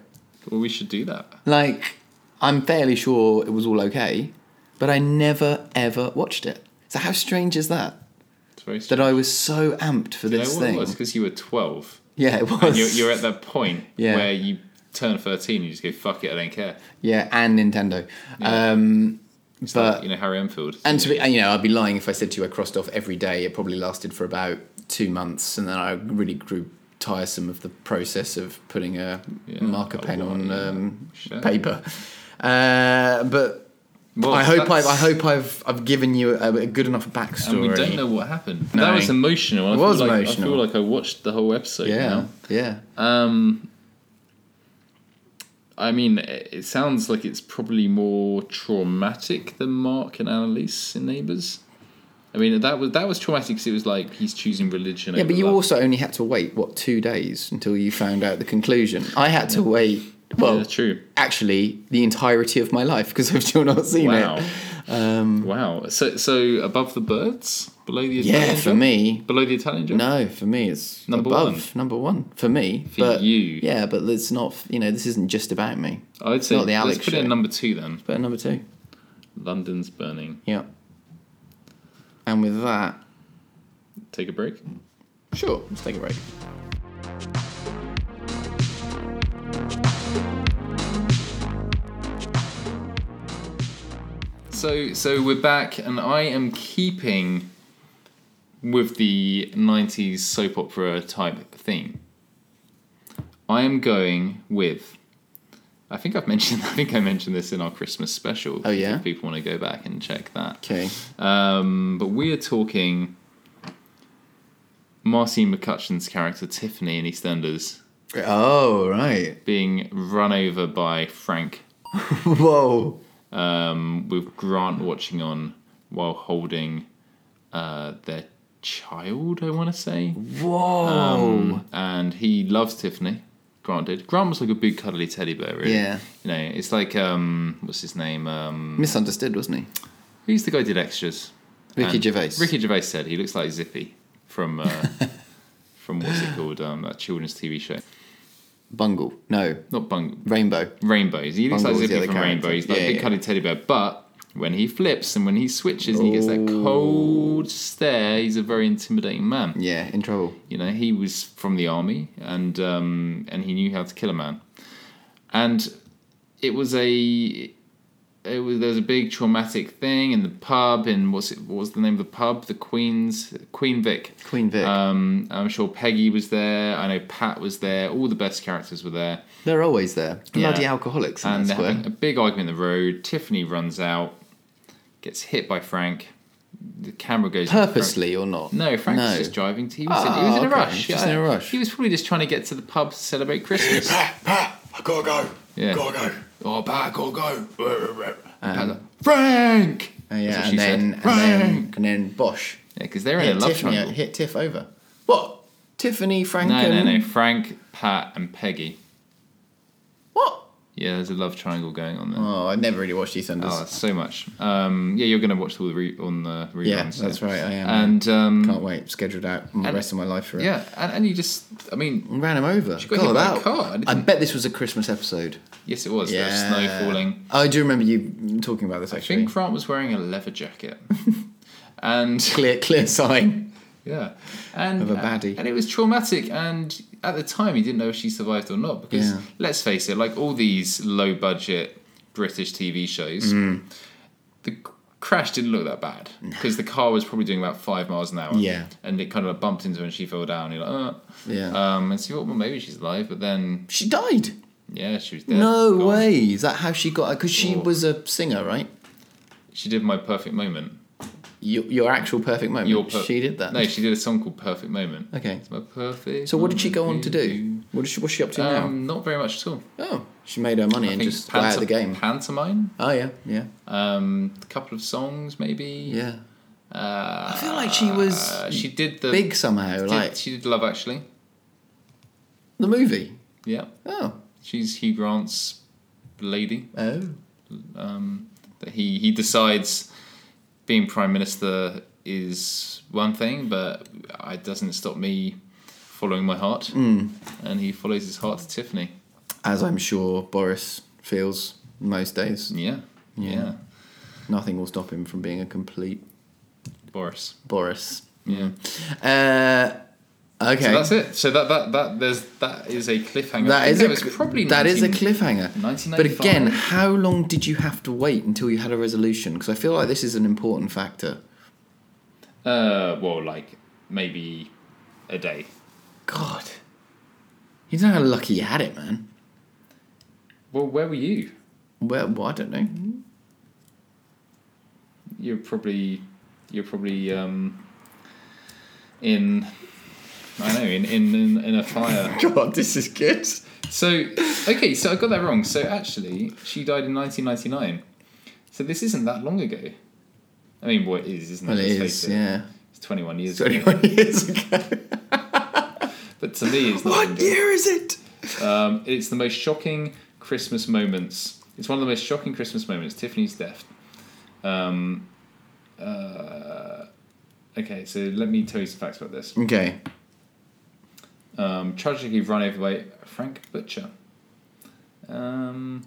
Speaker 2: Well, we should do that.
Speaker 1: Like, I'm fairly sure it was all okay, but I never ever watched it. So how strange is that?
Speaker 2: It's very strange.
Speaker 1: That I was so amped for
Speaker 2: You know
Speaker 1: this
Speaker 2: what
Speaker 1: thing.
Speaker 2: it was? Because you were 12.
Speaker 1: Yeah, it was.
Speaker 2: And you're, you're at that point
Speaker 1: Yeah.
Speaker 2: where you turn 13 and you just go, fuck it, I don't care.
Speaker 1: Yeah, and Nintendo. Um,
Speaker 2: It's
Speaker 1: but
Speaker 2: like, you know, Harry Enfield.
Speaker 1: And to be, and, you know, I'd be lying if I said to you I crossed off every day. It probably lasted for about two months, and then I really grew tiresome of the process of putting a
Speaker 2: Yeah, oh,
Speaker 1: marker pen
Speaker 2: a lot,
Speaker 1: on
Speaker 2: yeah.
Speaker 1: um,
Speaker 2: Sure.
Speaker 1: paper. Uh, but
Speaker 2: Well,
Speaker 1: I hope I've,
Speaker 2: that's-
Speaker 1: I hope I've I've given you a, a good enough backstory.
Speaker 2: And we don't know what happened.
Speaker 1: No.
Speaker 2: That was emotional. I
Speaker 1: It was
Speaker 2: feel like,
Speaker 1: emotional.
Speaker 2: I feel like I watched the whole episode.
Speaker 1: Yeah,
Speaker 2: Now.
Speaker 1: yeah.
Speaker 2: Um, I mean, it it sounds like it's probably more traumatic than Mark and Annalise in Neighbours. I mean, that was that was traumatic because it was like he's choosing religion.
Speaker 1: Yeah,
Speaker 2: over
Speaker 1: but you
Speaker 2: love.
Speaker 1: also only had to wait what two days until you found out the conclusion. I had to wait. Well,
Speaker 2: yeah, true.
Speaker 1: actually, the entirety of my life because I've still not seen
Speaker 2: Wow,
Speaker 1: it. Um,
Speaker 2: wow. So, so above the birds, below the Italian
Speaker 1: yeah, for
Speaker 2: job?
Speaker 1: me,
Speaker 2: below the Italian job.
Speaker 1: No, for me it's
Speaker 2: Number
Speaker 1: above
Speaker 2: one.
Speaker 1: number one for me.
Speaker 2: For
Speaker 1: but
Speaker 2: you.
Speaker 1: yeah, but it's not. You know, this isn't just about me.
Speaker 2: I'd say
Speaker 1: not the Alex
Speaker 2: let's put it
Speaker 1: show.
Speaker 2: in number two then.
Speaker 1: But number two,
Speaker 2: London's burning.
Speaker 1: yeah. And with that,
Speaker 2: Take a break.
Speaker 1: sure, let's take a break.
Speaker 2: So so we're back, and I am keeping with the '90s soap opera type theme. I am going with. I think I've mentioned. I think I mentioned this in our Christmas special.
Speaker 1: Oh, yeah?
Speaker 2: If people want to go back and check that.
Speaker 1: Okay,
Speaker 2: Um, but we are talking. Marcy McCutcheon's character Tiffany in EastEnders
Speaker 1: oh right,
Speaker 2: being run over by Frank
Speaker 1: whoa,
Speaker 2: um, with Grant watching on while holding uh, their child, I want to say.
Speaker 1: whoa,
Speaker 2: Um, and he loves Tiffany. Grant did. Grant was like a big cuddly teddy bear, really.
Speaker 1: Yeah.
Speaker 2: You know, it's like, um, what's his name? Um,
Speaker 1: misunderstood, wasn't he?
Speaker 2: who's the guy who did extras?
Speaker 1: Ricky Gervais.
Speaker 2: Ricky Gervais said he looks like Zippy from, uh, from what's it called? Um, that children's TV show.
Speaker 1: Bungle, no,
Speaker 2: Not Bung,
Speaker 1: Rainbow.
Speaker 2: rainbows. He looks
Speaker 1: Bungle
Speaker 2: like
Speaker 1: was the
Speaker 2: Zippy
Speaker 1: other
Speaker 2: from
Speaker 1: character.
Speaker 2: Rainbow. He's like
Speaker 1: Yeah,
Speaker 2: a big
Speaker 1: yeah.
Speaker 2: cuddly teddy bear. But when he flips and when he switches and he gets that
Speaker 1: Ooh.
Speaker 2: cold stare, he's a very intimidating man.
Speaker 1: Yeah, in trouble.
Speaker 2: You know, he was from the army and um, and he knew how to kill a man. And it was a it was there was a big traumatic thing in the pub in what's it what was the name of the pub? The Queen's Queen Vic.
Speaker 1: Queen Vic.
Speaker 2: Um, I'm sure Peggy was there. I know Pat was there. All the best characters were there
Speaker 1: They're always there.
Speaker 2: yeah.
Speaker 1: Bloody alcoholics in
Speaker 2: and
Speaker 1: that
Speaker 2: they're
Speaker 1: square.
Speaker 2: having a big argument in the road. Tiffany runs out, gets hit by Frank. The camera goes
Speaker 1: Purposely or not?
Speaker 2: No, Frank was just driving. He was, in, he
Speaker 1: Ah,
Speaker 2: was in a
Speaker 1: okay,
Speaker 2: rush.
Speaker 1: just in a rush.
Speaker 2: He was probably just trying to get to the pub to celebrate Christmas.
Speaker 3: I gotta go.
Speaker 2: Yeah.
Speaker 3: Gotta go. Oh, Pat, gotta go.
Speaker 2: Frank.
Speaker 1: Uh, Um, yeah,
Speaker 2: That's what she
Speaker 1: and then,
Speaker 2: said.
Speaker 1: and then and then Bosch.
Speaker 2: yeah, because they're in
Speaker 1: hit
Speaker 2: a love
Speaker 1: Tiffany, uh,
Speaker 2: triangle.
Speaker 1: hit Tiff over. What? Tiffany, Frank,
Speaker 2: No, no,
Speaker 1: and
Speaker 2: no. Frank, Pat, and Peggy.
Speaker 1: what?
Speaker 2: Yeah, there's a love triangle going on there. Oh,
Speaker 1: Oh, I never really watched EastEnders.
Speaker 2: that's so much. Um, yeah, you're going to watch all the re- on the reruns.
Speaker 1: yeah, that's right. I am.
Speaker 2: And um,
Speaker 1: Can't wait. Scheduled out the
Speaker 2: and-
Speaker 1: rest of my life for it.
Speaker 2: yeah, and, and you just, I mean,
Speaker 1: And ran him over.
Speaker 2: got hit by a
Speaker 1: that-
Speaker 2: car, didn't
Speaker 1: I
Speaker 2: you?
Speaker 1: bet this was a Christmas episode.
Speaker 2: Yes, it was. There was
Speaker 1: Yeah.
Speaker 2: snow falling.
Speaker 1: I do remember you talking about this
Speaker 2: I
Speaker 1: actually.
Speaker 2: think Grant was wearing a leather jacket. and
Speaker 1: Clear, clear sign.
Speaker 2: yeah, and uh,
Speaker 1: Of a baddie.
Speaker 2: and it was traumatic. And at the time, he didn't know if she survived or not because
Speaker 1: Yeah.
Speaker 2: let's face it, like all these low budget British TV shows,
Speaker 1: Mm.
Speaker 2: the c- crash didn't look that bad because the car was probably doing about five miles an hour.
Speaker 1: Yeah.
Speaker 2: and it kind of bumped into her and she fell down. You're like, oh.
Speaker 1: Yeah.
Speaker 2: Um, and so you thought, well, maybe she's alive, but then
Speaker 1: Uh, She died.
Speaker 2: yeah, she was dead.
Speaker 1: no
Speaker 2: Gone.
Speaker 1: way. Is that how she got? Because she
Speaker 2: Oh.
Speaker 1: was a singer, right?
Speaker 2: She did my perfect moment.
Speaker 1: Your, your actual perfect moment.
Speaker 2: Your per-
Speaker 1: she did that.
Speaker 2: No, she did a song called Perfect Moment.
Speaker 1: Okay.
Speaker 2: It's my perfect.
Speaker 1: So what did she go on to do?
Speaker 2: moment
Speaker 1: What is she, what's she up
Speaker 2: for
Speaker 1: to
Speaker 2: you. Mm-hmm. Um, not very much at all.
Speaker 1: now? Oh, she made her money
Speaker 2: I
Speaker 1: and
Speaker 2: think
Speaker 1: just got out of the
Speaker 2: pantom-
Speaker 1: game.
Speaker 2: Pantomime.
Speaker 1: Oh yeah, yeah,
Speaker 2: Um, a couple of songs maybe.
Speaker 1: yeah.
Speaker 2: Uh,
Speaker 1: I feel like she was
Speaker 2: she did the
Speaker 1: Big somehow,
Speaker 2: did-
Speaker 1: like
Speaker 2: she did Love Actually.
Speaker 1: the movie.
Speaker 2: Yeah.
Speaker 1: Oh,
Speaker 2: She's Hugh Grant's lady.
Speaker 1: oh,
Speaker 2: Um, that he he decides being prime minister is one thing, but it doesn't stop me following my heart.
Speaker 1: Hmm.
Speaker 2: And he follows his heart to Tiffany.
Speaker 1: as I'm sure Boris feels most days.
Speaker 2: Yeah. Yeah.
Speaker 1: Nothing will stop him from being a complete
Speaker 2: Boris.
Speaker 1: Boris.
Speaker 2: Yeah.
Speaker 1: Uh, okay,
Speaker 2: So that's it. So that that that there's that is a cliffhanger. I
Speaker 1: that
Speaker 2: think
Speaker 1: is a
Speaker 2: was
Speaker 1: cl-
Speaker 2: probably
Speaker 1: that is a
Speaker 2: 19
Speaker 1: cliffhanger.
Speaker 2: 1995.
Speaker 1: But again, how long did you have to wait until you had a resolution? Because I feel like this is an important factor.
Speaker 2: Uh, well, like maybe a day.
Speaker 1: God, you don't know how lucky you had it, man.
Speaker 2: Well, where were you?
Speaker 1: Well, well I don't know.
Speaker 2: You're probably you're probably um in I don't know in in in, in a fire.
Speaker 1: God, this is good.
Speaker 2: So okay, so I got that wrong. So actually, she died in 1999. So this isn't that long ago. I mean, well, it is, isn't it?
Speaker 1: Well, it
Speaker 2: Let's face
Speaker 1: is, yeah.
Speaker 2: It's 21 years ago.
Speaker 1: 21 years ago.
Speaker 2: But to me, it's not
Speaker 1: What
Speaker 2: Linda.
Speaker 1: year is it?
Speaker 2: Um, it's the most shocking Christmas moments. It's one of the most shocking Christmas moments. Tiffany's death. Um, uh, okay, so let me tell you some facts about this.
Speaker 1: Okay.
Speaker 2: Um, tragically run over by Frank Butcher. Um,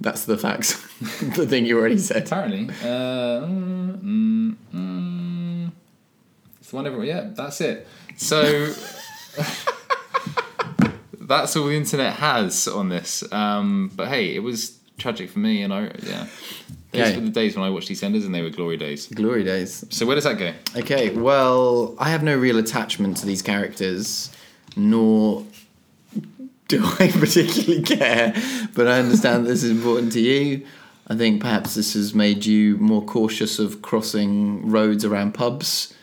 Speaker 1: That's the facts. the thing you already said.
Speaker 2: apparently, uh, mm, mm, mm. it's the one everyone. Yeah, that's it. So. That's all the internet has on this. Um, but hey, it was tragic for me, and I yeah. Those
Speaker 1: Okay.
Speaker 2: were the days when I watched EastEnders, and they were glory days.
Speaker 1: Glory days.
Speaker 2: So where does that go?
Speaker 1: Okay, well, I have no real attachment to these characters, nor do I particularly care, but I understand this is important to you. I think perhaps this has made you more cautious of crossing roads around pubs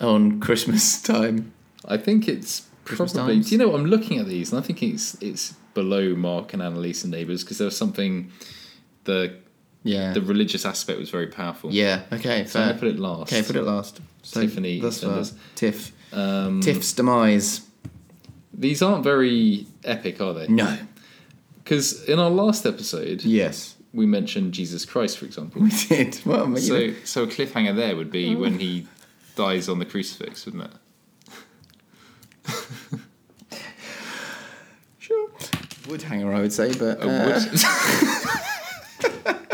Speaker 1: on Christmas time.
Speaker 2: I think it's
Speaker 1: Christmas
Speaker 2: probably.
Speaker 1: times.
Speaker 2: Do you know I'm looking at these, and I think it's it's below Mark and Annalise and Neighbours because there was something the
Speaker 1: Yeah.
Speaker 2: the religious aspect was very powerful.
Speaker 1: yeah, okay,
Speaker 2: So I'm
Speaker 1: fair.
Speaker 2: gonna put it last.
Speaker 1: okay, put it last. So
Speaker 2: Tiffany
Speaker 1: thus far.
Speaker 2: EastEnders.
Speaker 1: Tiff.
Speaker 2: Um,
Speaker 1: Tiff's demise.
Speaker 2: These aren't very epic, are they?
Speaker 1: No.
Speaker 2: Because in our last episode,
Speaker 1: Yes.
Speaker 2: we mentioned Jesus Christ, for example.
Speaker 1: We did. Well, you know.
Speaker 2: So, so a cliffhanger there would be when he dies on the crucifix, wouldn't it?
Speaker 1: Sure. Wood hanger, I would say, but
Speaker 2: A
Speaker 1: uh, Um,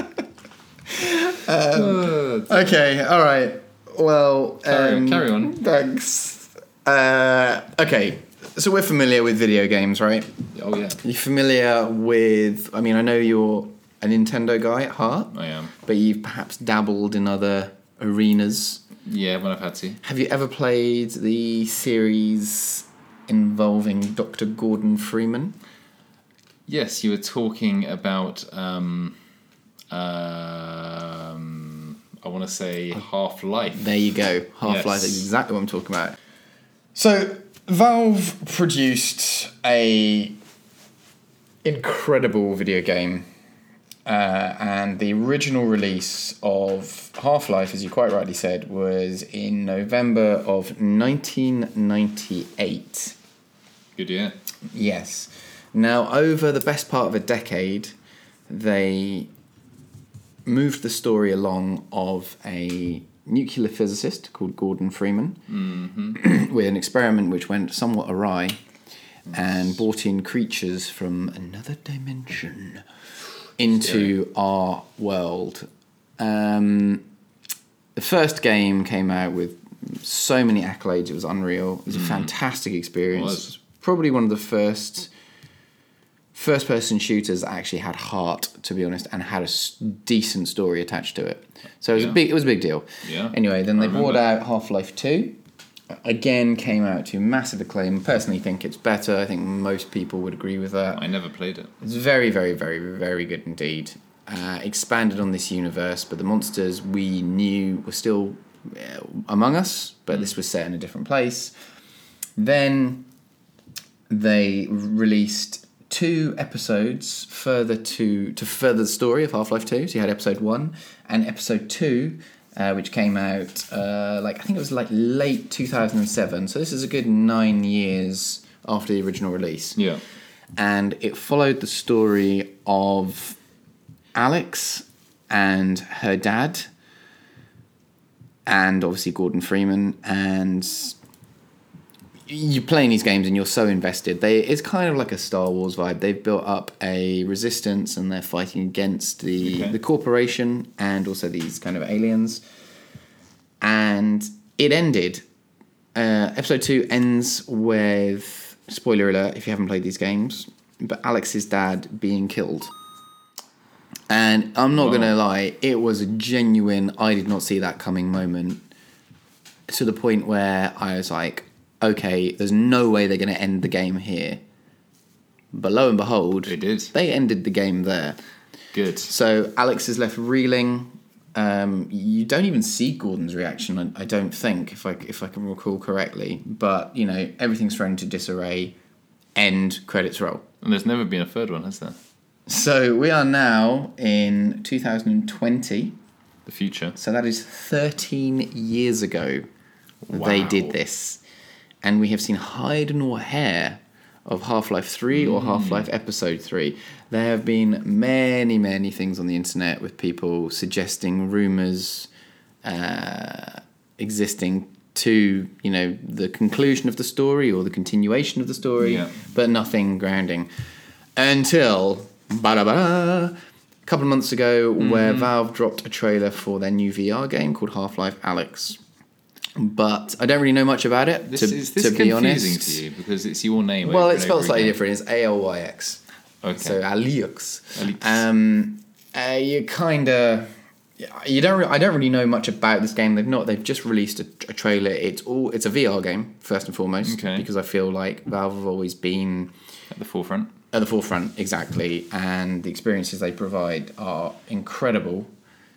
Speaker 2: Ah, wood.
Speaker 1: uh, okay, all right. Well,
Speaker 2: Carry on,
Speaker 1: um,
Speaker 2: carry on.
Speaker 1: Thanks. Uh, okay, so we're familiar with video games, right?
Speaker 2: oh yeah,
Speaker 1: You're familiar with. I mean, I know you're a Nintendo guy at heart,
Speaker 2: I am.
Speaker 1: but you've perhaps dabbled in other arenas.
Speaker 2: Yeah, when I've had to.
Speaker 1: Have you ever played the series involving Dr. Gordon Freeman?
Speaker 2: Yes, you were talking about. Um, um, I want to say
Speaker 1: Oh.
Speaker 2: Half Life.
Speaker 1: There you go. Half Life
Speaker 2: Yes.
Speaker 1: is exactly what I'm talking about. So, Valve produced a incredible video game, uh, and the original release of Half Life, as you quite rightly said, was in November of 1998.
Speaker 2: Good year.
Speaker 1: Yes. Now, over the best part of a decade, they moved the story along of a nuclear physicist called Gordon Freeman with an experiment which went somewhat awry and brought in creatures from another dimension into our world. Um, the first game came out with so many accolades. It was unreal. It was a fantastic experience.
Speaker 2: It was.
Speaker 1: Probably one of the first first person shooters that actually had heart, to be honest, and had a s- decent story attached to it. So it was
Speaker 2: Yeah.
Speaker 1: a big it was a big deal.
Speaker 2: Yeah.
Speaker 1: Anyway, then they brought
Speaker 2: remember.
Speaker 1: out Half Life Two. Again, came out to massive acclaim. Personally, think it's better. I think most people would agree with that.
Speaker 2: I never played it.
Speaker 1: It's very, very, very, very good indeed. Uh, expanded on this universe, but the monsters we knew were still uh, among us, but this was set in a different place. Then they released two episodes further to to further the story of Half Life Two. So you had episode one and episode two, uh, which came out uh, like I think it was like late two thousand and seven. So this is a good nine years after the original release
Speaker 2: Yeah.
Speaker 1: and it followed the story of Alex and her dad, and obviously Gordon Freeman. And you're playing these games and you're so invested. They it's kind of like a Star Wars vibe. They've built up a resistance and they're fighting against the
Speaker 2: Okay.
Speaker 1: the corporation and also these kind of aliens. And it ended uh, episode two ends with spoiler alert if you haven't played these games, but Alex's dad being killed. And I'm not
Speaker 2: Wow.
Speaker 1: gonna lie, it was a genuine I did not see that coming moment. To the point where I was like, okay, there's no way they're gonna end the game here. But lo and behold,
Speaker 2: They did.
Speaker 1: They ended the game there.
Speaker 2: Good.
Speaker 1: So Alex is left reeling. Um, you don't even see Gordon's reaction. I, I don't think, if I if I can recall correctly. But you know, everything's thrown into disarray. End credits roll.
Speaker 2: And there's never been a third one, has there?
Speaker 1: So we are now in 2020.
Speaker 2: The future.
Speaker 1: So that is 13 years ago that they did
Speaker 2: Wow.
Speaker 1: this. And we have seen hide nor hair of Half Life 3 or Half Life Episode 3. There have been many, many things on the internet with people suggesting rumours uh, existing to, you know, the conclusion of the story or the continuation of the story,
Speaker 2: Yeah.
Speaker 1: but nothing grounding. Until, ba-da-ba-da, a couple of months ago,
Speaker 2: Mm-hmm.
Speaker 1: where Valve dropped a trailer for their new VR game called Half Life Alex. But I don't really know much about it.
Speaker 2: This
Speaker 1: to,
Speaker 2: is this
Speaker 1: to be
Speaker 2: confusing
Speaker 1: honest,
Speaker 2: to you because it's your name.
Speaker 1: well,
Speaker 2: over
Speaker 1: it's
Speaker 2: and
Speaker 1: spelled
Speaker 2: over
Speaker 1: slightly
Speaker 2: again.
Speaker 1: different. It's A L Y X.
Speaker 2: Okay.
Speaker 1: So Alex.
Speaker 2: Alex.
Speaker 1: Um, uh, you kind of. You don't. Re- I don't really know much about this game. They've not. They've just released a, a trailer. It's all. It's a VR game first and foremost.
Speaker 2: Okay.
Speaker 1: Because I feel like Valve have always been
Speaker 2: At the forefront.
Speaker 1: at the forefront exactly, and the experiences they provide are incredible.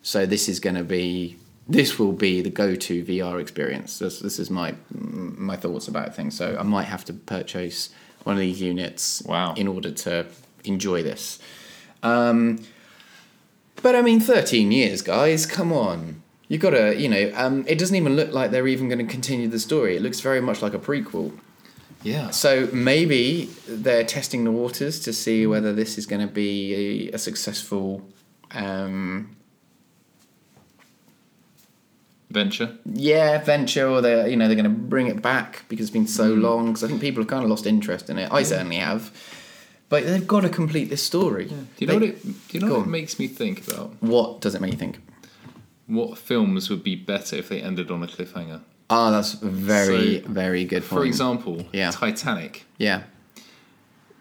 Speaker 1: So this is going to be this will be the go-to VR experience. This, this is my my thoughts about things. So I might have to purchase one of these units
Speaker 2: Wow.
Speaker 1: in order to enjoy this. Um, but I mean, thirteen years, guys. Come on. You gotta, you know, um, it doesn't even look like they're even going to continue the story. It looks very much like a prequel.
Speaker 2: Yeah.
Speaker 1: So maybe they're testing the waters to see whether this is going to be a, a successful. Um,
Speaker 2: Venture.
Speaker 1: yeah, venture, or they're you know they're going to bring it back because it's been so long 'cause long. Because I think people have kind of lost interest in it. I certainly have, but they've got to complete this story.
Speaker 2: Do you know
Speaker 1: They-
Speaker 2: what it? Do you know
Speaker 1: Go
Speaker 2: what it
Speaker 1: on.
Speaker 2: makes me think about?
Speaker 1: What does it make you think?
Speaker 2: What films would be better if they ended on a cliffhanger?
Speaker 1: Ah, that's a very
Speaker 2: So,
Speaker 1: very good point.
Speaker 2: For example,
Speaker 1: Yeah.
Speaker 2: Titanic.
Speaker 1: yeah,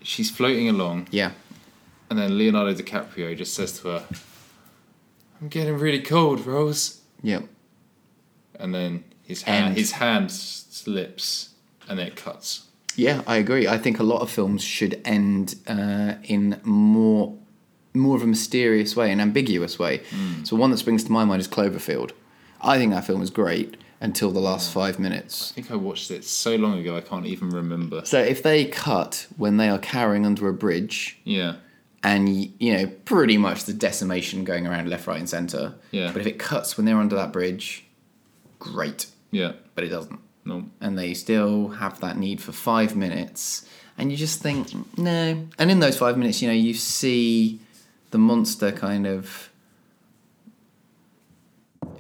Speaker 2: She's floating along,
Speaker 1: yeah,
Speaker 2: and then Leonardo DiCaprio just says to her, "I'm getting really cold, Rose."
Speaker 1: yeah.
Speaker 2: And then his hand,
Speaker 1: End.
Speaker 2: his hand s- slips, and then it cuts.
Speaker 1: Yeah, I agree. I think a lot of films should end uh, in more more of a mysterious way, an ambiguous way. So one that springs to my mind is Cloverfield. I think that film was great until the last five minutes.
Speaker 2: I think I watched it so long ago I can't even remember.
Speaker 1: So if they cut when they are carrying under a bridge
Speaker 2: Yeah.
Speaker 1: and y- you know pretty much the decimation going around left, right, and center.
Speaker 2: Yeah.
Speaker 1: But if it cuts when they're under that bridge, great.
Speaker 2: Yeah.
Speaker 1: But it doesn't.
Speaker 2: No.
Speaker 1: and they still have that need for five minutes and you just think no and in those five minutes you know you see the monster kind of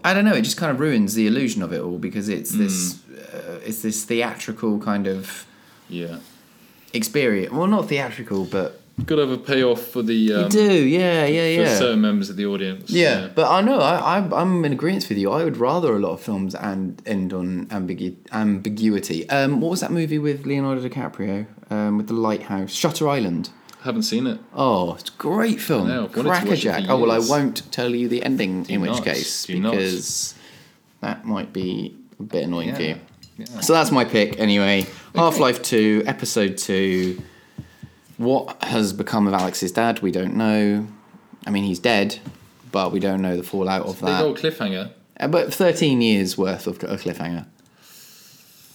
Speaker 1: i don't know it just kind of ruins the illusion of it all because it's
Speaker 2: Hmm.
Speaker 1: this uh, it's this theatrical kind of
Speaker 2: Yeah.
Speaker 1: experience well not theatrical but
Speaker 2: Got to have a payoff for the um,
Speaker 1: you do, yeah, yeah,
Speaker 2: for
Speaker 1: yeah.
Speaker 2: certain members of the audience.
Speaker 1: Yeah, but I know I, I I'm in agreement with you. I would rather a lot of films and end on ambigu- ambiguity. Um, what was that movie with Leonardo DiCaprio? Um, with the lighthouse, Shutter Island.
Speaker 2: haven't seen it.
Speaker 1: Oh, it's a great film.
Speaker 2: know, I've wanted to watch it for
Speaker 1: Crackerjack. Oh well, I
Speaker 2: years.
Speaker 1: won't tell you the ending. in which
Speaker 2: not,
Speaker 1: case,
Speaker 2: do not.
Speaker 1: because that might be a bit annoying for you.
Speaker 2: Yeah.
Speaker 1: So that's my pick anyway. Half Life 2, Episode 2. What has become of Alex's dad? We don't know. I mean, he's dead, but we don't know the fallout of
Speaker 2: Big
Speaker 1: that.
Speaker 2: old cliffhanger.
Speaker 1: Uh, But 13 years worth of a cliffhanger.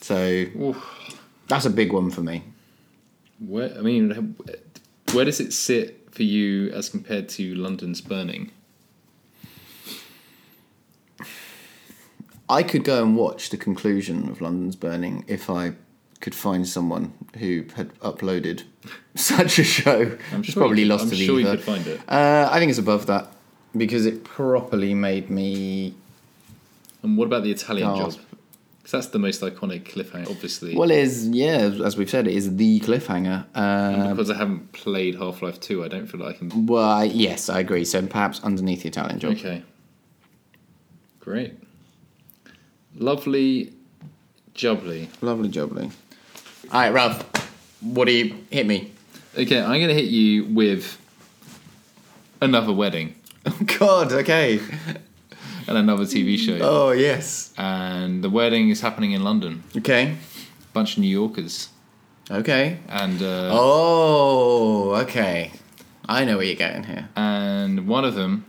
Speaker 1: So
Speaker 2: Oof.
Speaker 1: that's a big one for me.
Speaker 2: Where I mean, where does it sit for you as compared to London's Burning?
Speaker 1: I could go and watch the conclusion of London's Burning if I could find someone who had uploaded such a show.
Speaker 2: I'm
Speaker 1: It's
Speaker 2: sure
Speaker 1: probably
Speaker 2: you could-
Speaker 1: lost
Speaker 2: I'm
Speaker 1: to the
Speaker 2: sure you
Speaker 1: ether.
Speaker 2: could find it.
Speaker 1: Uh, I think it's above that because it properly made me
Speaker 2: And what about the Italian job?
Speaker 1: Gasp.
Speaker 2: 'Cause job? Because that's the most iconic cliffhanger, obviously.
Speaker 1: Well, it is yeah, as we've said, it is the cliffhanger. Uh,
Speaker 2: because I haven't played Half Life Two, I don't feel like I can.
Speaker 1: well, I- yes, I agree. So perhaps underneath the Italian job.
Speaker 2: Okay. Great. Lovely, jubbly.
Speaker 1: Lovely jubbly. All right, Ralph, what do you hit me?
Speaker 2: Okay, I'm gonna hit you with another wedding
Speaker 1: Oh, God, okay.
Speaker 2: and another TV show.
Speaker 1: Oh yes.
Speaker 2: And the wedding is happening in London.
Speaker 1: Okay.
Speaker 2: bunch of New Yorkers.
Speaker 1: Okay.
Speaker 2: And uh,
Speaker 1: Oh, okay. I know where you're going here.
Speaker 2: and one of them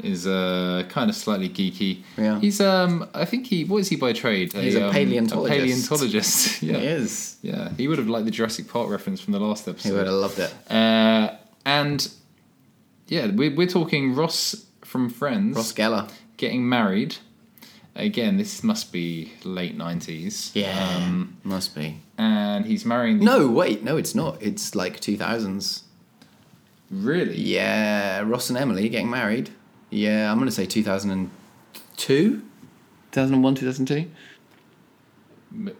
Speaker 2: is uh, kind of slightly geeky.
Speaker 1: Yeah.
Speaker 2: He's um, I think he what is he by trade?
Speaker 1: He's a
Speaker 2: um,
Speaker 1: paleontologist.
Speaker 2: A paleontologist. yeah.
Speaker 1: It is.
Speaker 2: Yeah. He would have liked the Jurassic Park reference from the last
Speaker 1: He would have
Speaker 2: episode.
Speaker 1: loved it.
Speaker 2: Uh, and yeah, we're we're talking Ross from Friends
Speaker 1: Ross Geller.
Speaker 2: getting married. Again, this must be late nineties. Um,
Speaker 1: Yeah. Um, must be.
Speaker 2: and he's marrying.
Speaker 1: No, wait, no, it's not. It's like 2000s.
Speaker 2: Really.
Speaker 1: Yeah, Ross and Emily getting married. Yeah, I'm going to say 2002? 2001, 2002?
Speaker 2: M-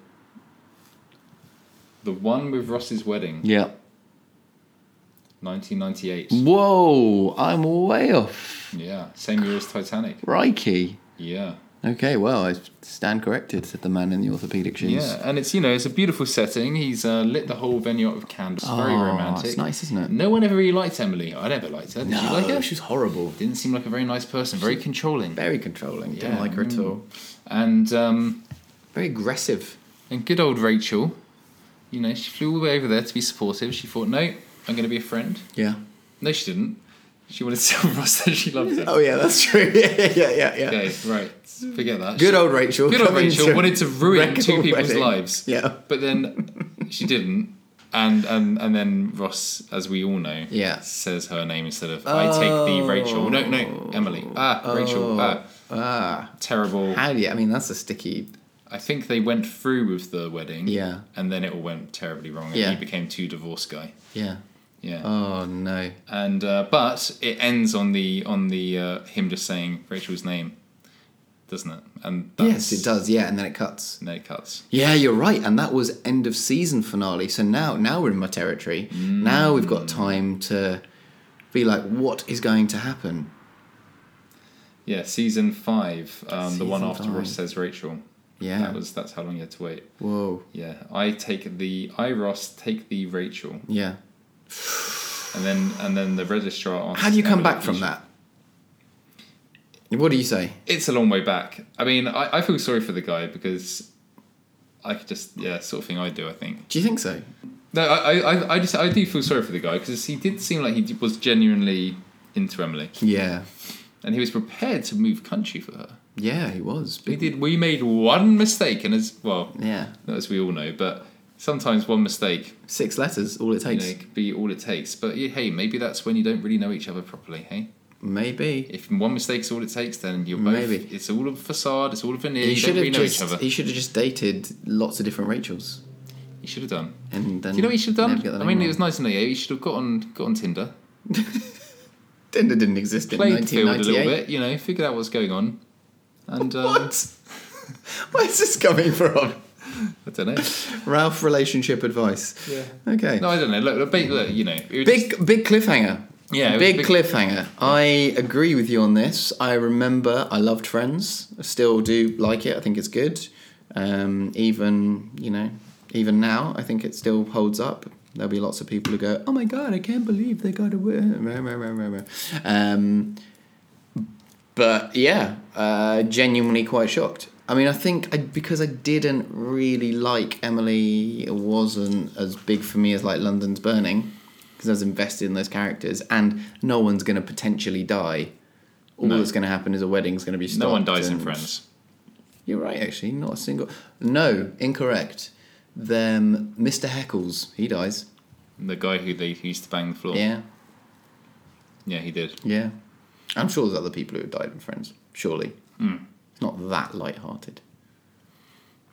Speaker 2: The one with Ross's wedding,
Speaker 1: Yeah.
Speaker 2: 1998.
Speaker 1: Whoa, I'm way off.
Speaker 2: Yeah, same year as Titanic.
Speaker 1: Reiki.
Speaker 2: Yeah.
Speaker 1: Okay, well, I stand corrected, said the man in the orthopedic shoes.
Speaker 2: Yeah, and it's you know it's a beautiful setting. He's uh, lit the whole venue up with candles. Very
Speaker 1: Oh,
Speaker 2: romantic.
Speaker 1: it's nice, isn't it?
Speaker 2: No one ever really liked Emily. I never liked her. Did
Speaker 1: No,
Speaker 2: you like her?
Speaker 1: she was horrible.
Speaker 2: Didn't seem like a very nice person. Very controlling.
Speaker 1: Very controlling. Didn't
Speaker 2: Yeah,
Speaker 1: like her at
Speaker 2: mm.
Speaker 1: all.
Speaker 2: And um,
Speaker 1: Very aggressive.
Speaker 2: and good old Rachel, you know, she flew all the way over there to be supportive. She thought, no, I'm going to be a friend.
Speaker 1: Yeah.
Speaker 2: No, she didn't. She wanted to tell Ross that she loved him.
Speaker 1: Oh yeah, that's true. yeah, yeah, yeah, yeah.
Speaker 2: Okay, right. Forget that.
Speaker 1: Good old Rachel.
Speaker 2: Good old
Speaker 1: coming
Speaker 2: Rachel
Speaker 1: to
Speaker 2: wanted to ruin
Speaker 1: wreck
Speaker 2: two
Speaker 1: a
Speaker 2: people's
Speaker 1: wedding.
Speaker 2: lives.
Speaker 1: Yeah.
Speaker 2: But then she didn't. And, and and then Ross, as we all know,
Speaker 1: Yeah.
Speaker 2: says her name instead of I take the Rachel. No,
Speaker 1: Oh.
Speaker 2: no, Emily. Ah, Rachel. Ah,
Speaker 1: Ah,
Speaker 2: terrible.
Speaker 1: how do you? I mean, that's a sticky.
Speaker 2: I think they went through with the wedding.
Speaker 1: Yeah.
Speaker 2: And then it all went terribly wrong. And
Speaker 1: Yeah.
Speaker 2: he became too divorced guy.
Speaker 1: Yeah.
Speaker 2: Yeah.
Speaker 1: Oh no.
Speaker 2: And uh, but it ends on the on the uh, him just saying Rachel's name, doesn't it? And
Speaker 1: yes, it does. Yeah, and then it cuts.
Speaker 2: And then it cuts.
Speaker 1: Yeah, you're right. And that was end of season finale. So now, now we're in my territory.
Speaker 2: Mm.
Speaker 1: Now we've got time to be like, what is going to happen?
Speaker 2: Yeah, season five, um, the one
Speaker 1: Season
Speaker 2: after
Speaker 1: five.
Speaker 2: Ross says Rachel.
Speaker 1: Yeah.
Speaker 2: That was that's how long you had to wait.
Speaker 1: Whoa.
Speaker 2: Yeah, I take the I Ross take the Rachel,
Speaker 1: Yeah.
Speaker 2: and then and then the registrar. asks
Speaker 1: How do you come
Speaker 2: Emily
Speaker 1: back
Speaker 2: if
Speaker 1: from
Speaker 2: she-
Speaker 1: that? What do you say?
Speaker 2: It's a long way back. I mean, I, I feel sorry for the guy because I could just yeah, sort of thing I do. I think
Speaker 1: Do you think so?
Speaker 2: no, I I- I, I just I do feel sorry for the guy because he did seem like he was genuinely into Emily,
Speaker 1: Yeah.
Speaker 2: and he was prepared to move country for her.
Speaker 1: Yeah, he was.
Speaker 2: We did we made one mistake, and as well
Speaker 1: Yeah.
Speaker 2: not as we all know, but sometimes one mistake
Speaker 1: Six letters, all it
Speaker 2: you
Speaker 1: takes.
Speaker 2: know, it could be all it takes. But yeah, hey, maybe that's when you don't really know each other properly. Hey,
Speaker 1: Maybe.
Speaker 2: if one mistake's all it takes, then you're both.
Speaker 1: Maybe.
Speaker 2: it's all a facade. It's all a veneer.
Speaker 1: He
Speaker 2: you don't
Speaker 1: should
Speaker 2: really
Speaker 1: have
Speaker 2: know each
Speaker 1: just
Speaker 2: other.
Speaker 1: he should have just dated lots of different Rachels.
Speaker 2: He should have done.
Speaker 1: And then
Speaker 2: Do you know what he should have
Speaker 1: never get
Speaker 2: done?
Speaker 1: the
Speaker 2: I mean,
Speaker 1: name
Speaker 2: it was 1988. He should have got on got on Tinder,
Speaker 1: wrong. Tinder didn't exist in
Speaker 2: played the
Speaker 1: nineteen
Speaker 2: field a
Speaker 1: ninety
Speaker 2: little
Speaker 1: eight.
Speaker 2: bit. You know, figured out what's going on, and um,
Speaker 1: What? Where's this coming from?
Speaker 2: I don't know.
Speaker 1: Ralph relationship advice.
Speaker 2: Yeah.
Speaker 1: Okay.
Speaker 2: No, I don't know. Look, look, big, look you know, it was just-
Speaker 1: Big big cliffhanger.
Speaker 2: Yeah, it was
Speaker 1: big,
Speaker 2: big-
Speaker 1: cliffhanger. I agree with you on this. I remember I loved Friends. I still do like it. I think it's good. Um, even you know, even now, I think it still holds up. There'll be lots of people who go, "Oh my god, I can't believe they got away." Rah, rah, rah, rah, rah. Um, but yeah, uh, genuinely quite shocked. I mean, I think I, because I didn't really like Emily, it wasn't as big for me as like London's Burning, because I was invested in those characters, and no one's going to potentially die. All
Speaker 2: No.
Speaker 1: that's going to happen is a wedding's going to be stopped.
Speaker 2: no one dies in
Speaker 1: and-
Speaker 2: Friends.
Speaker 1: You're right, actually, not a single. No, incorrect. Then Mr. Heckles, he dies.
Speaker 2: The guy who they who used to bang the floor.
Speaker 1: Yeah,
Speaker 2: Yeah, he did.
Speaker 1: yeah. I'm sure there's other people who have died in Friends. Surely,
Speaker 2: Hmm.
Speaker 1: it's not that light-hearted.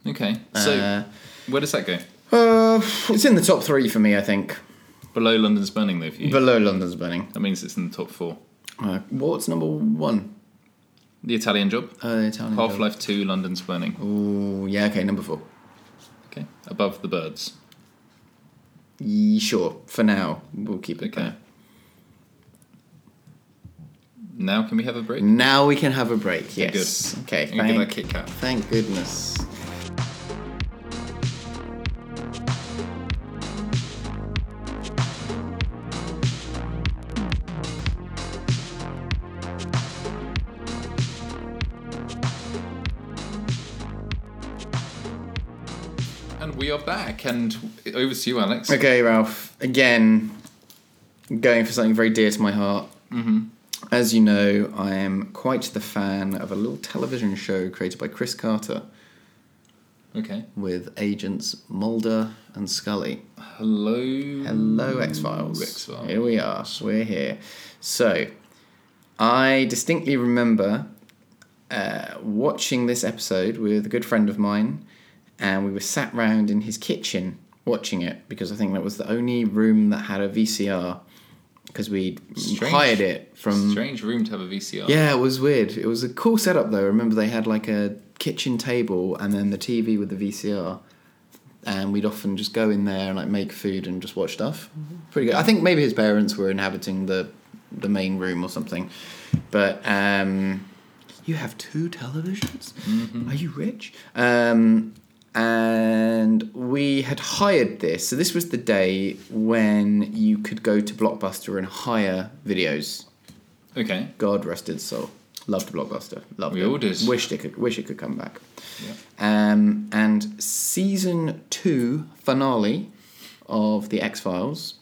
Speaker 2: Okay. So
Speaker 1: Uh,
Speaker 2: where does that go?
Speaker 1: Uh, it's in the top three for me, I think.
Speaker 2: Below London's Burning, though, for you.
Speaker 1: Below London's Burning.
Speaker 2: that means it's in the top four.
Speaker 1: Uh, what's number one?
Speaker 2: The Italian Job,
Speaker 1: Uh, the Italian.
Speaker 2: Half Life Two, London's Burning.
Speaker 1: Oh, yeah. Okay, number four.
Speaker 2: Okay. Above the Birds.
Speaker 1: Ye- sure. For now, we'll keep it
Speaker 2: Okay.
Speaker 1: there.
Speaker 2: Now can we have a break?
Speaker 1: Now we can have a break.
Speaker 2: Okay,
Speaker 1: Yes.
Speaker 2: good.
Speaker 1: Okay.
Speaker 2: I'm gonna
Speaker 1: Thank,
Speaker 2: give that a Kit Kat.
Speaker 1: thank goodness.
Speaker 2: And we are back, and over to you, Alex.
Speaker 1: Okay, Ralph. Again, going for something very dear to my heart. Mm-hmm. As you know, I am quite the fan of a little television show created by Chris Carter
Speaker 2: Okay.
Speaker 1: with agents Mulder and Scully.
Speaker 2: Hello.
Speaker 1: Hello, X Files.
Speaker 2: X-Files.
Speaker 1: Here we are. So we're here. So, I distinctly remember uh, watching this episode with a good friend of mine, and we were sat round in his kitchen watching it because I think that was the only room that had a VCR because we
Speaker 2: Strange.
Speaker 1: hired it from.
Speaker 2: Strange room to have a VCR.
Speaker 1: Yeah, it was weird. It was a cool setup though. I remember they had like a kitchen table and then the TV with the VCR. And we'd often just go in there and like make food and just watch stuff. Pretty good. I think maybe his parents were inhabiting the the main room or something. But um you have two televisions? Are you rich? Um and we had hired this. So this was the day when you could go to Blockbuster and hire videos.
Speaker 2: Okay.
Speaker 1: God rest its soul. Loved Blockbuster. Loved
Speaker 2: We
Speaker 1: it.
Speaker 2: all did.
Speaker 1: Wished it could. Wish it could come back.
Speaker 2: Yeah.
Speaker 1: Um, and season two finale of the X Files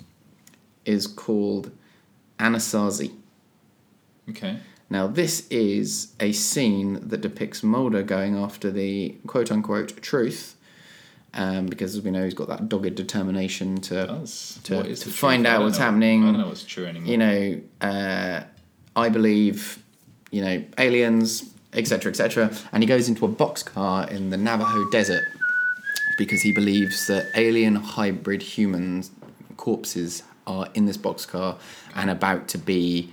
Speaker 1: is called Anasazi.
Speaker 2: Okay.
Speaker 1: Now this is a scene that depicts Mulder going after the quote unquote truth, um, because as we know he's got that dogged determination to
Speaker 2: That's,
Speaker 1: To-
Speaker 2: what is
Speaker 1: to
Speaker 2: the truth?
Speaker 1: find
Speaker 2: I
Speaker 1: out
Speaker 2: don't
Speaker 1: what's
Speaker 2: know.
Speaker 1: happening.
Speaker 2: I don't know what's true anymore.
Speaker 1: you know, uh, I believe, you know, aliens, etc., etc. And he goes into a boxcar in the Navajo desert because he believes that alien hybrid humans corpses are in this boxcar and about to be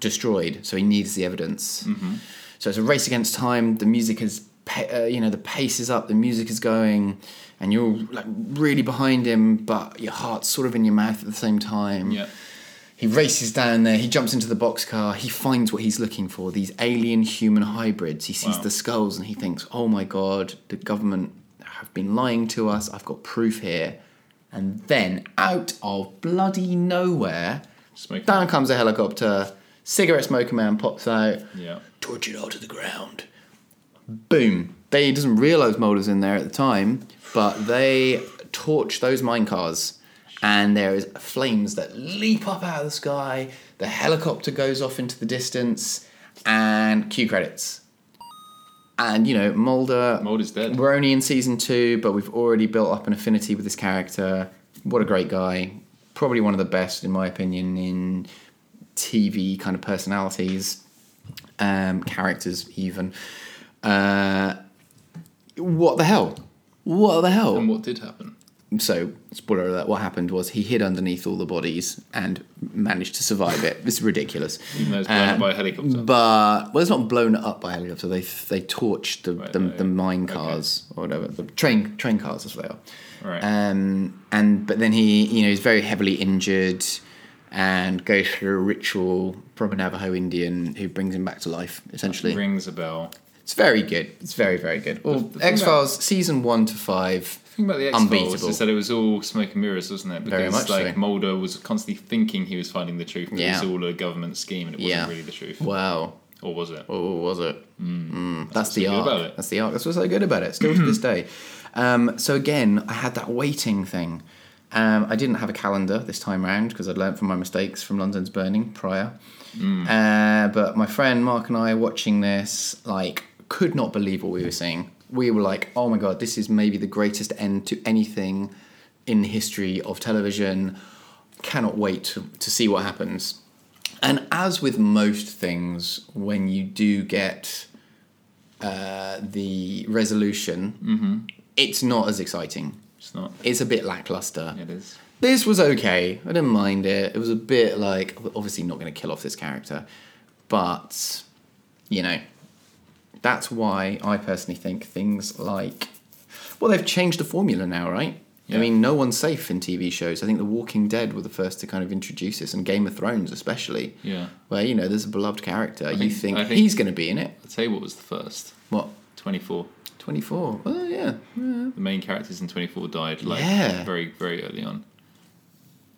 Speaker 1: destroyed. So he needs the evidence.
Speaker 2: Mm-hmm.
Speaker 1: So it's a race against time. The music is, pa- uh, you know, the pace is up. The music is going, and you're like really behind him, but your heart's sort of in your mouth at the same time.
Speaker 2: Yeah.
Speaker 1: He races down there, he jumps into the boxcar, he finds what he's looking for these alien human hybrids. He sees
Speaker 2: Wow.
Speaker 1: the skulls and he thinks, oh my god, the government have been lying to us, I've got proof here. And then, out of bloody nowhere,
Speaker 2: Smoking.
Speaker 1: down comes a helicopter, cigarette smoker man pops out,
Speaker 2: Yeah.
Speaker 1: tortured all to the ground. Boom. They he doesn't realise Mulder's in there at the time, but they torch those mine cars, and there is flames that leap up out of the sky. The helicopter goes off into the distance, and cue credits. And you know Mulder.
Speaker 2: Mulder's dead.
Speaker 1: We're only in season two, but we've already built up an affinity with this character. What a great guy! Probably one of the best, in my opinion, in TV kind of personalities um, characters even. Uh, what the hell? What the hell?
Speaker 2: And what did happen?
Speaker 1: so spoiler alert what happened was he hid underneath all the bodies and managed to survive it it's ridiculous Uh,
Speaker 2: Even though it's blown
Speaker 1: Um,
Speaker 2: up by a helicopter.
Speaker 1: but well it's not blown up by a helicopter they they torched the the,
Speaker 2: no.
Speaker 1: the mine
Speaker 2: Okay.
Speaker 1: cars or whatever the train train cars that's what they are
Speaker 2: Right.
Speaker 1: um and but then he you know he's very heavily injured and goes through a ritual from a Navajo Indian who brings him back to life essentially
Speaker 2: Rings a bell.
Speaker 1: it's very good. It's very, very good. Well,
Speaker 2: the thing
Speaker 1: X Files season one to five.
Speaker 2: The thing about the X Files
Speaker 1: Unbeatable.
Speaker 2: is that it was all smoke and mirrors, wasn't it? Because
Speaker 1: Very much
Speaker 2: like
Speaker 1: so.
Speaker 2: Mulder was constantly thinking he was finding the truth, and
Speaker 1: Yeah.
Speaker 2: it was all a government scheme, and it wasn't
Speaker 1: Yeah.
Speaker 2: really the truth,
Speaker 1: Wow.
Speaker 2: or was it? Hmm.
Speaker 1: Oh, was it? Mm. That's, the
Speaker 2: what's so good
Speaker 1: arc.
Speaker 2: about it.
Speaker 1: That's the arc. That's what's so good about it. Still to this day. Um, so again, I had that waiting thing. Um, I didn't have a calendar this time round because I'd learned from my mistakes from London's Burning prior.
Speaker 2: Hmm.
Speaker 1: Uh, but my friend Mark and I watching this, like, could not believe what we were seeing. We were like, "Oh my god, this is maybe the greatest end to anything in the history of television." Cannot wait to, to see what happens. And as with most things, when you do get uh, the resolution,
Speaker 2: Mm-hmm.
Speaker 1: it's not as exciting.
Speaker 2: It's not.
Speaker 1: It's a bit lackluster.
Speaker 2: It is.
Speaker 1: This was okay. I didn't mind it. It was a bit like we're obviously not going to kill off this character, but you know, that's why I personally think things like well, they've changed the formula now, right? I
Speaker 2: Yeah.
Speaker 1: mean, no one's safe in TV shows. I think The Walking Dead were the first to kind of introduce this, and Game of Thrones especially.
Speaker 2: Yeah.
Speaker 1: Where you know there's a beloved character, you
Speaker 2: think-
Speaker 1: think,
Speaker 2: I think-
Speaker 1: he's going to be in it.
Speaker 2: I'll tell you what was the first.
Speaker 1: What?
Speaker 2: 24.
Speaker 1: Twenty four? Oh yeah. yeah.
Speaker 2: The main characters in 24 died like
Speaker 1: Yeah.
Speaker 2: very, very early on.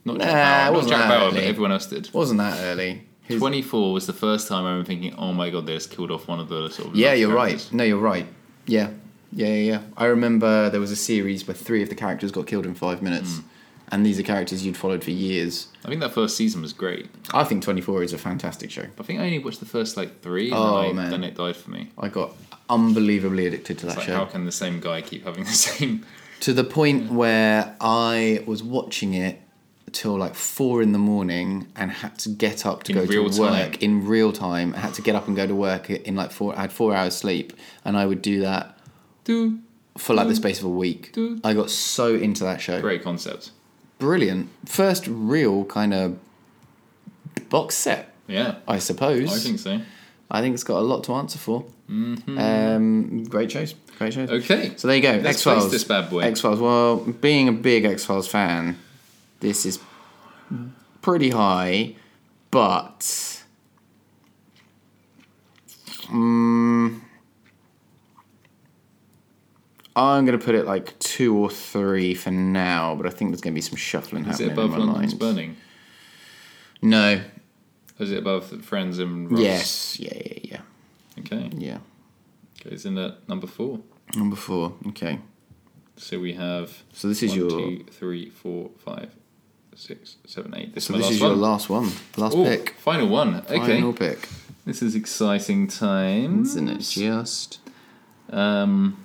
Speaker 2: Not
Speaker 1: Nah,
Speaker 2: Jack
Speaker 1: it
Speaker 2: Bauer, not
Speaker 1: wasn't
Speaker 2: Jack
Speaker 1: that
Speaker 2: Bauer, but
Speaker 1: early.
Speaker 2: everyone else did.
Speaker 1: Wasn't that early? Who's-
Speaker 2: 24 was the first time I remember thinking, oh my god, they just killed off one of the sort of.
Speaker 1: Yeah,
Speaker 2: last
Speaker 1: you're right.
Speaker 2: characters.
Speaker 1: No, you're right. Yeah. Yeah, yeah, yeah. I remember there was a series where three of the characters got killed in five minutes,
Speaker 2: Hmm.
Speaker 1: and these are characters you'd followed for years.
Speaker 2: I think that first season was great.
Speaker 1: I think 24 is a fantastic show.
Speaker 2: But I think I only watched the first like three, and
Speaker 1: Oh,
Speaker 2: then, I,
Speaker 1: man.
Speaker 2: then it died for me.
Speaker 1: I got unbelievably addicted to that
Speaker 2: It's like,
Speaker 1: show.
Speaker 2: how can the same guy keep having the same.
Speaker 1: to the point where I was watching it till like four in the morning and had to get up to
Speaker 2: In
Speaker 1: go to
Speaker 2: real
Speaker 1: work
Speaker 2: time.
Speaker 1: in real time. I had to get up and go to work in like four. I had four hours sleep, and I would do that
Speaker 2: Dude,
Speaker 1: for like the space of a week.
Speaker 2: Dude.
Speaker 1: I got so into that show.
Speaker 2: great concept.
Speaker 1: Brilliant. First real kind of box set,
Speaker 2: Yeah,
Speaker 1: I suppose.
Speaker 2: I think Mm-hmm. so.
Speaker 1: I think it's got a lot to answer for. Um, great choice. Great choice.
Speaker 2: Okay.
Speaker 1: So there you go.
Speaker 2: Let's
Speaker 1: X Files.
Speaker 2: place this bad boy.
Speaker 1: X Files. Well, being a big X Files fan, this is pretty high, but. Mm, I'm going to put it like two or three for now, but I think there's going to be some shuffling
Speaker 2: Is
Speaker 1: happening
Speaker 2: it above
Speaker 1: in my
Speaker 2: London's
Speaker 1: mind.
Speaker 2: Burning?
Speaker 1: No.
Speaker 2: Is it above Friends and Ross?
Speaker 1: Yes. Yeah, yeah, yeah.
Speaker 2: Okay.
Speaker 1: Yeah.
Speaker 2: Goes in at number four.
Speaker 1: Number four. Okay.
Speaker 2: So we have.
Speaker 1: So this is
Speaker 2: one,
Speaker 1: your-
Speaker 2: two, three, four, five, six, seven, eight. This
Speaker 1: So
Speaker 2: is
Speaker 1: this
Speaker 2: my last
Speaker 1: is
Speaker 2: one.
Speaker 1: your last one. Last
Speaker 2: Ooh,
Speaker 1: pick.
Speaker 2: Final one. Okay.
Speaker 1: Final pick.
Speaker 2: This is exciting times.
Speaker 1: Isn't it just? Mm-hmm.
Speaker 2: Um.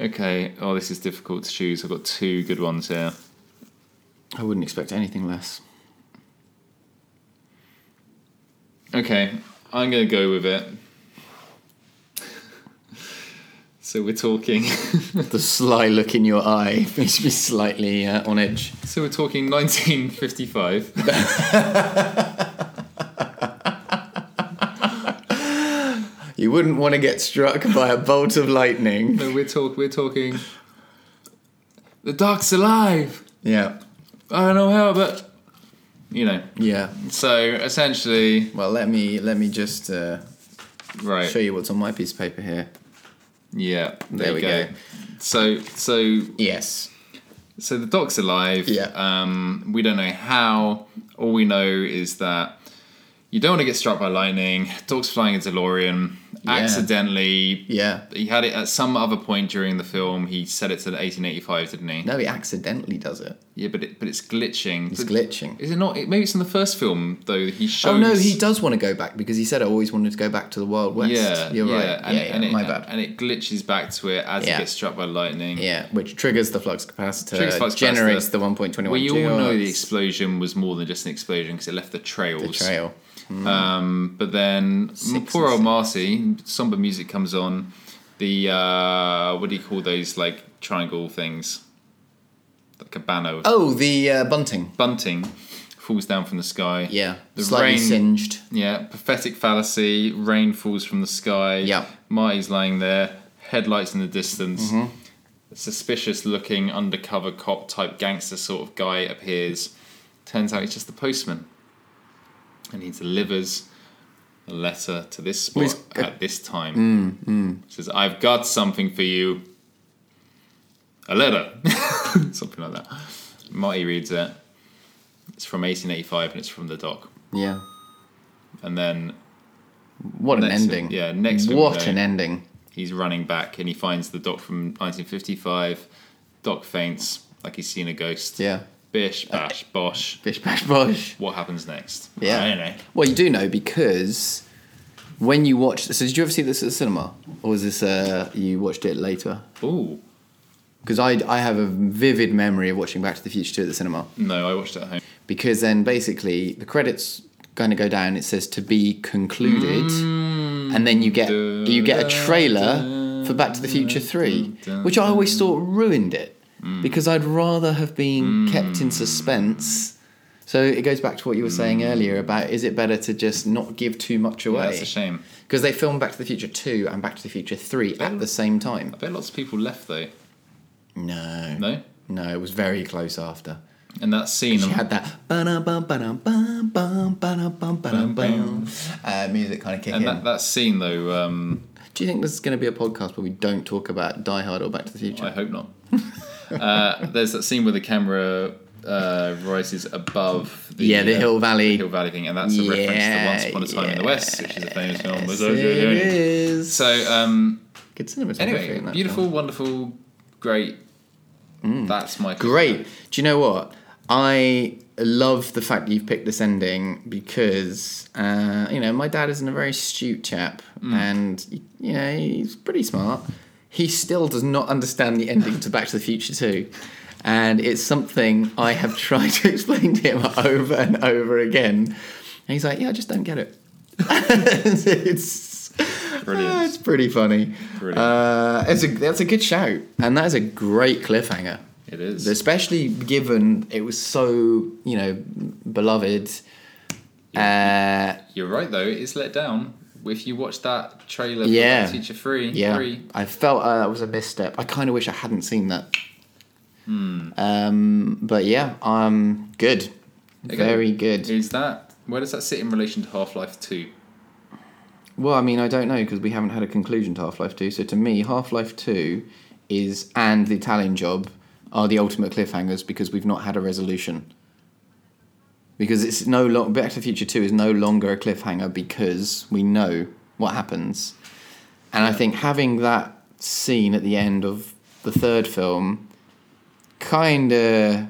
Speaker 2: Okay. Oh, this is difficult to choose. I've got two good ones here.
Speaker 1: I wouldn't expect anything less.
Speaker 2: Okay, I'm gonna go with it. So we're talking.
Speaker 1: The sly look in your eye makes me slightly uh, on edge.
Speaker 2: So we're talking 1955.
Speaker 1: You wouldn't want to get struck by a bolt of lightning.
Speaker 2: No, we're talk. We're talking. The Dark's alive.
Speaker 1: Yeah,
Speaker 2: I don't know how, but you know.
Speaker 1: yeah.
Speaker 2: So essentially,
Speaker 1: Well, let me let me just uh,
Speaker 2: right?
Speaker 1: show you what's on my piece of paper here.
Speaker 2: Yeah.
Speaker 1: There
Speaker 2: There,
Speaker 1: we
Speaker 2: we go.
Speaker 1: go.
Speaker 2: So so
Speaker 1: Yes.
Speaker 2: So the dog's alive.
Speaker 1: Yeah.
Speaker 2: Um, we don't know how. All we know is that you don't want to get struck by lightning. Dog's flying a DeLorean. Accidentally.
Speaker 1: Yeah.
Speaker 2: He had it at some other point during the film. He set it to 1885, didn't he?
Speaker 1: No, he accidentally does it.
Speaker 2: Yeah, but it, but it's glitching.
Speaker 1: He's
Speaker 2: But-
Speaker 1: glitching.
Speaker 2: Is it not? it- Maybe it's in the first film though. He shows.
Speaker 1: Oh no, he does want to go back because he said I always wanted to go back to the Wild West.
Speaker 2: Yeah,
Speaker 1: you're
Speaker 2: yeah,
Speaker 1: right.
Speaker 2: And,
Speaker 1: yeah, yeah,
Speaker 2: and it,
Speaker 1: my bad.
Speaker 2: And it glitches back to it as
Speaker 1: Yeah.
Speaker 2: it gets struck by lightning.
Speaker 1: yeah, which triggers the flux capacitor,
Speaker 2: Triggers flux
Speaker 1: generates
Speaker 2: capacitor.
Speaker 1: the 1.21
Speaker 2: Well, you all know the
Speaker 1: joules,
Speaker 2: explosion was more than just an explosion because it left the trails.
Speaker 1: the trail.
Speaker 2: Um, but then
Speaker 1: Six
Speaker 2: poor
Speaker 1: and
Speaker 2: old Marcy, somber music comes on. The uh, what do you call those like triangle things, like a banner. of
Speaker 1: Oh, the uh, bunting.
Speaker 2: Bunting falls down from the sky.
Speaker 1: Yeah,
Speaker 2: The
Speaker 1: slightly
Speaker 2: rain-
Speaker 1: singed.
Speaker 2: Yeah, pathetic fallacy. Rain falls from the sky.
Speaker 1: Yeah.
Speaker 2: Marty's laying there, headlights in the distance.
Speaker 1: Mm-hmm.
Speaker 2: Suspicious looking undercover cop type gangster sort of guy appears. Turns out he's just the postman. And he delivers a letter to this
Speaker 1: Well,
Speaker 2: spot
Speaker 1: he's- uh, mm,
Speaker 2: at this time. Says, I've got something for you. A letter. something like that. Marty reads it. It's from 1885 and it's from the dock.
Speaker 1: Yeah.
Speaker 2: And then
Speaker 1: What an
Speaker 2: Next-
Speaker 1: ending.
Speaker 2: yeah, next
Speaker 1: What
Speaker 2: window.
Speaker 1: an ending.
Speaker 2: he's running back and he finds the doc from 1955. Doc faints like he's seen a ghost.
Speaker 1: Yeah.
Speaker 2: Bish, bash, bosh.
Speaker 1: Bish bash bosh.
Speaker 2: What happens next?
Speaker 1: Yeah.
Speaker 2: I don't know.
Speaker 1: Well, you do know because when you watch. So, did you ever see this at the cinema, or was this uh, you watched it later?
Speaker 2: Ooh.
Speaker 1: Because I I have a vivid memory of watching Back to the Future Two at the cinema.
Speaker 2: No, I watched it at home.
Speaker 1: Because then basically the credits going to go down. It says to be concluded,
Speaker 2: Mm.
Speaker 1: and then you get
Speaker 2: da,
Speaker 1: you get a
Speaker 2: da,
Speaker 1: trailer for Back to the Future Three, which I always thought ruined it because I'd rather have been kept in suspense. So it goes back to what you were saying earlier about is it better to just not give too much
Speaker 2: Yeah,
Speaker 1: away?
Speaker 2: that's a shame.
Speaker 1: Because they filmed Back to the Future 2 and Back to the Future 3 at the same time.
Speaker 2: I bet lots of people left though.
Speaker 1: No.
Speaker 2: No?
Speaker 1: No, it was very close after.
Speaker 2: And that scene.
Speaker 1: She had that ba-dum, ba-dum, ba-dum, ba-dum, ba-dum, ba-dum, uh, music kind of kick
Speaker 2: and
Speaker 1: in.
Speaker 2: that, that scene though, um,
Speaker 1: Do you think there's going to be a podcast where we don't talk about Die Hard or Back to the
Speaker 2: I
Speaker 1: Future?
Speaker 2: hope not. uh, there's that scene where the camera uh, rises above the,
Speaker 1: yeah, the
Speaker 2: uh,
Speaker 1: Hill Valley.
Speaker 2: Hill Valley thing, and that's a reference to Once Upon a Time in the West, which is a famous film.
Speaker 1: Yes, it is.
Speaker 2: So, um,
Speaker 1: Good cinematography.
Speaker 2: Anyway,
Speaker 1: in that
Speaker 2: beautiful,
Speaker 1: film.
Speaker 2: wonderful, great. That's my
Speaker 1: Great. Do you know what? I love the fact that you've picked this ending because, uh, you know, my dad isn't a very astute chap
Speaker 2: Mm.
Speaker 1: and, you know, he's pretty smart. He still does not understand the ending to Back to the Future 2. And it's something I have tried to explain to him over and over again. And he's like, yeah, I just don't get it. it's,
Speaker 2: Brilliant.
Speaker 1: it's pretty funny.
Speaker 2: Brilliant.
Speaker 1: Uh, it's a, that's a good shout. And that is a great cliffhanger
Speaker 2: It is.
Speaker 1: especially given it was so you know beloved. Uh,
Speaker 2: You're right though. It is let down. If you watch that trailer,
Speaker 1: Yeah.
Speaker 2: for Teacher Free,
Speaker 1: yeah,
Speaker 2: three,
Speaker 1: I felt uh, that was a misstep. I kind of wish I hadn't seen that.
Speaker 2: Hmm.
Speaker 1: Um, but yeah, um, good,
Speaker 2: Okay.
Speaker 1: very good.
Speaker 2: is that where does that sit in relation to Half Life Two?
Speaker 1: Well, I mean, I don't know because we haven't had a conclusion to Half Life Two. So to me, Half Life Two is and the Italian Job are the ultimate cliffhangers because we've not had a resolution. because it's no long Back to the Future Two is no longer a cliffhanger because we know what happens, and I think having that scene at the end of the third film kind of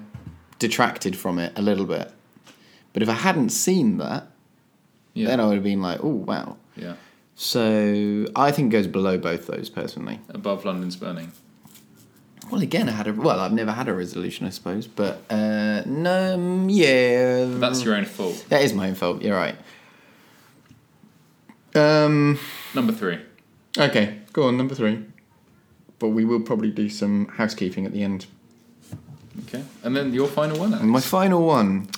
Speaker 1: detracted from it a little bit. But if I hadn't seen that,
Speaker 2: Yeah,
Speaker 1: then I would have been like, "Oh wow!"
Speaker 2: yeah.
Speaker 1: So I think it goes below both those personally.
Speaker 2: Above London's Burning.
Speaker 1: Well, again, I had a well, I've never had a resolution, I suppose, but uh, no, mm, yeah,
Speaker 2: That's your own fault.
Speaker 1: That is my own fault. You're right. Um.
Speaker 2: Number three.
Speaker 1: Okay. Go on. Number three. But we will probably do some housekeeping at the end.
Speaker 2: Okay, and then your final one. Alex.
Speaker 1: And my final one.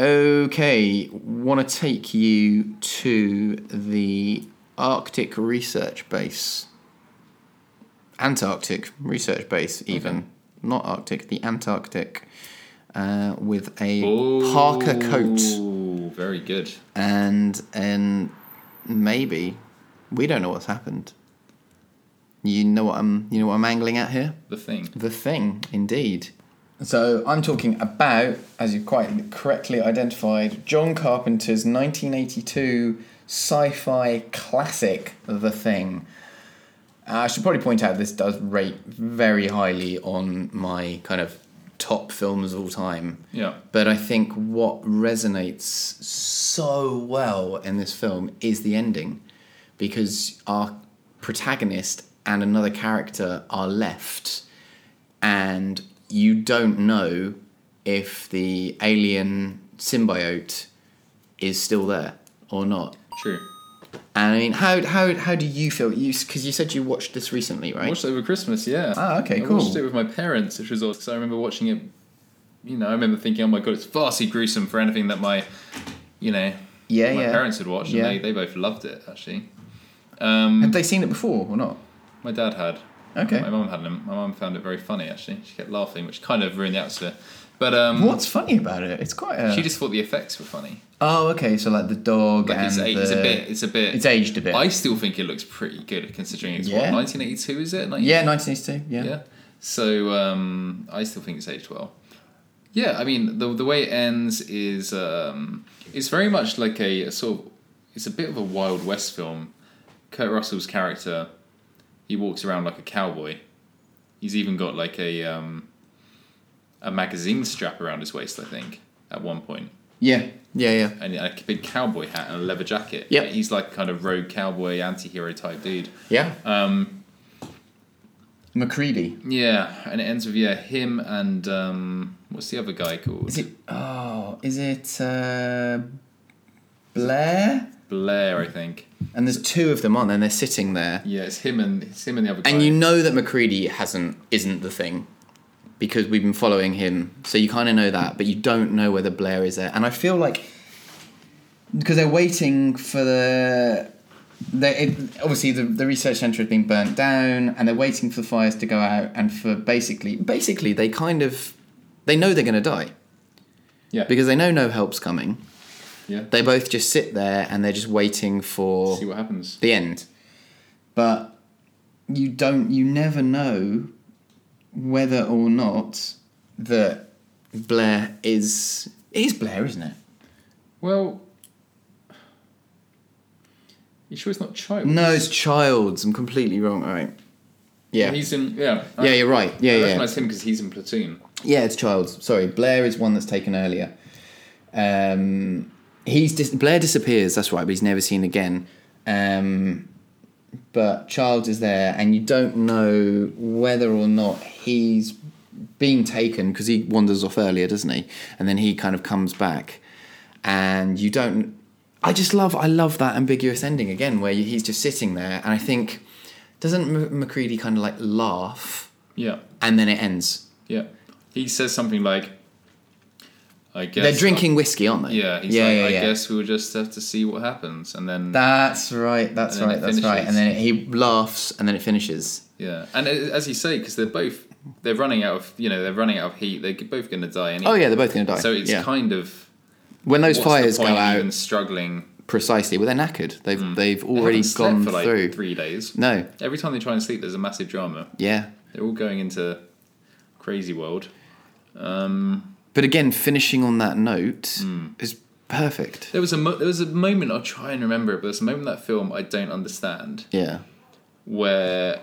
Speaker 1: Okay, want to take you to the Arctic Research Base. Antarctic Research Base, even. Not Arctic, the Antarctic. Uh, with a parka coat.
Speaker 2: Ooh, Very good.
Speaker 1: and and maybe we don't know what's happened. You know what I'm you know what I'm angling at here?
Speaker 2: The thing.
Speaker 1: The thing, indeed. So I'm talking about, as you quite correctly identified, John Carpenter's 1982 sci-fi classic, The Thing. Uh, I should probably point out this does rate very highly on my kind of top films of all time.
Speaker 2: Yeah.
Speaker 1: But I think what resonates so well in this film is the ending because our protagonist and another character are left, and you don't know if the alien symbiote is still there or not
Speaker 2: True.
Speaker 1: And I mean, how how how do you feel? You because you said you watched this recently,
Speaker 2: I
Speaker 1: right?
Speaker 2: watched it over Christmas, yeah.
Speaker 1: Ah, okay,
Speaker 2: I
Speaker 1: cool.
Speaker 2: watched it with my parents, which was awesome. 'cause I remember watching it, you know, I remember thinking, oh my god, it's far too gruesome for anything that my, you know,
Speaker 1: Yeah,
Speaker 2: my
Speaker 1: yeah.
Speaker 2: parents had watched,
Speaker 1: Yeah.
Speaker 2: and they, they both loved it, actually.
Speaker 1: Had they seen it before or not?
Speaker 2: My dad had.
Speaker 1: Okay.
Speaker 2: My mum hadn't. My mum found it very funny, actually. She kept laughing, which kind of ruined the atmosphere. But um,
Speaker 1: What's funny about it? It's quite. A...
Speaker 2: she just thought the effects were funny.
Speaker 1: Oh, okay. So like the dog
Speaker 2: Like
Speaker 1: and
Speaker 2: it's,
Speaker 1: the...
Speaker 2: a- it's a bit. It's a bit.
Speaker 1: It's aged a bit.
Speaker 2: I still think it looks pretty good considering it's
Speaker 1: Yeah.
Speaker 2: what 1982 is it? 1982?
Speaker 1: Yeah, 1982. Yeah.
Speaker 2: Yeah. So um, I still think it's aged well. Yeah, I mean the the way it ends is um, it's very much like a, a sort of it's a bit of a Wild West film. Kurt Russell's character, he walks around like a cowboy. He's even got like a um, a magazine strap around his waist, I think, at one point,
Speaker 1: Yeah. Yeah. Yeah.
Speaker 2: and a big cowboy hat and a leather jacket.
Speaker 1: Yep.
Speaker 2: he's like kind of rogue cowboy, anti-hero type dude.
Speaker 1: Yeah.
Speaker 2: Um,
Speaker 1: Macready.
Speaker 2: Yeah, and it ends with yeah him and um, what's the other guy called?
Speaker 1: Is it? Oh, is it uh, Blair?
Speaker 2: Blair? I think.
Speaker 1: And there's two of them on, and they're sitting there.
Speaker 2: Yeah, it's him and it's him and the other guy.
Speaker 1: And you know that Macready hasn't isn't the thing because we've been following him, so you kind of know that, but you don't know whether Blair is there. And I feel like because they're waiting for the. They, it, obviously, the, the research center has been burnt down, and they're waiting for the fires to go out, and for basically, basically, they kind of, they know they're going to die
Speaker 2: yeah,
Speaker 1: because they know no help's coming.
Speaker 2: yeah.
Speaker 1: They both just sit there and they're just waiting for
Speaker 2: See what happens.
Speaker 1: the end. But you don't, you never know whether or not that Blair is. It is Blair, isn't it?
Speaker 2: Well, you sure it's not Child?
Speaker 1: No, it's Childs. I'm completely wrong. All right. Yeah.
Speaker 2: he's in. Yeah, I-
Speaker 1: yeah, you're right. Yeah,
Speaker 2: I
Speaker 1: yeah.
Speaker 2: recognise him because he's in Platoon.
Speaker 1: Yeah, it's Childs. Sorry, Blair is one that's taken earlier. Um, he's dis- Blair disappears. That's right, but he's never seen again. Um, but Childs is there, and you don't know whether or not he's been taken because he wanders off earlier, doesn't he? And then he kind of comes back, and you don't. I just love. I love that ambiguous ending again, where he's just sitting there, and I think doesn't M- Macready kind of like laugh,
Speaker 2: Yeah,
Speaker 1: and then it ends.
Speaker 2: yeah. He says something like, "I guess
Speaker 1: They're drinking whiskey, aren't they?
Speaker 2: yeah, he's like, I guess we'll just have to see what happens, and then
Speaker 1: That's right. That's
Speaker 2: And then
Speaker 1: right.
Speaker 2: it
Speaker 1: That's right.
Speaker 2: finishes.
Speaker 1: And then he laughs, and then it finishes.
Speaker 2: Yeah, and it- as you say, because they're both they're running out of you know they're running out of heat. They're both going to die
Speaker 1: Oh
Speaker 2: anyway.
Speaker 1: yeah, they're both going to die.
Speaker 2: So it's
Speaker 1: yeah.
Speaker 2: kind of
Speaker 1: when those
Speaker 2: what's the
Speaker 1: fires go
Speaker 2: point in
Speaker 1: out
Speaker 2: Even struggling
Speaker 1: precisely. Well, they're knackered. They've they've
Speaker 2: They
Speaker 1: already
Speaker 2: haven't slept
Speaker 1: gone
Speaker 2: for like
Speaker 1: through.
Speaker 2: three days.
Speaker 1: No.
Speaker 2: Every time they try and sleep, there's a massive drama.
Speaker 1: Yeah.
Speaker 2: They're all going into crazy world.
Speaker 1: But again, finishing on that note
Speaker 2: Hmm.
Speaker 1: is perfect.
Speaker 2: There was a mo- there was a moment I'll try and remember it, but there's a moment in that film I don't understand
Speaker 1: Yeah.
Speaker 2: where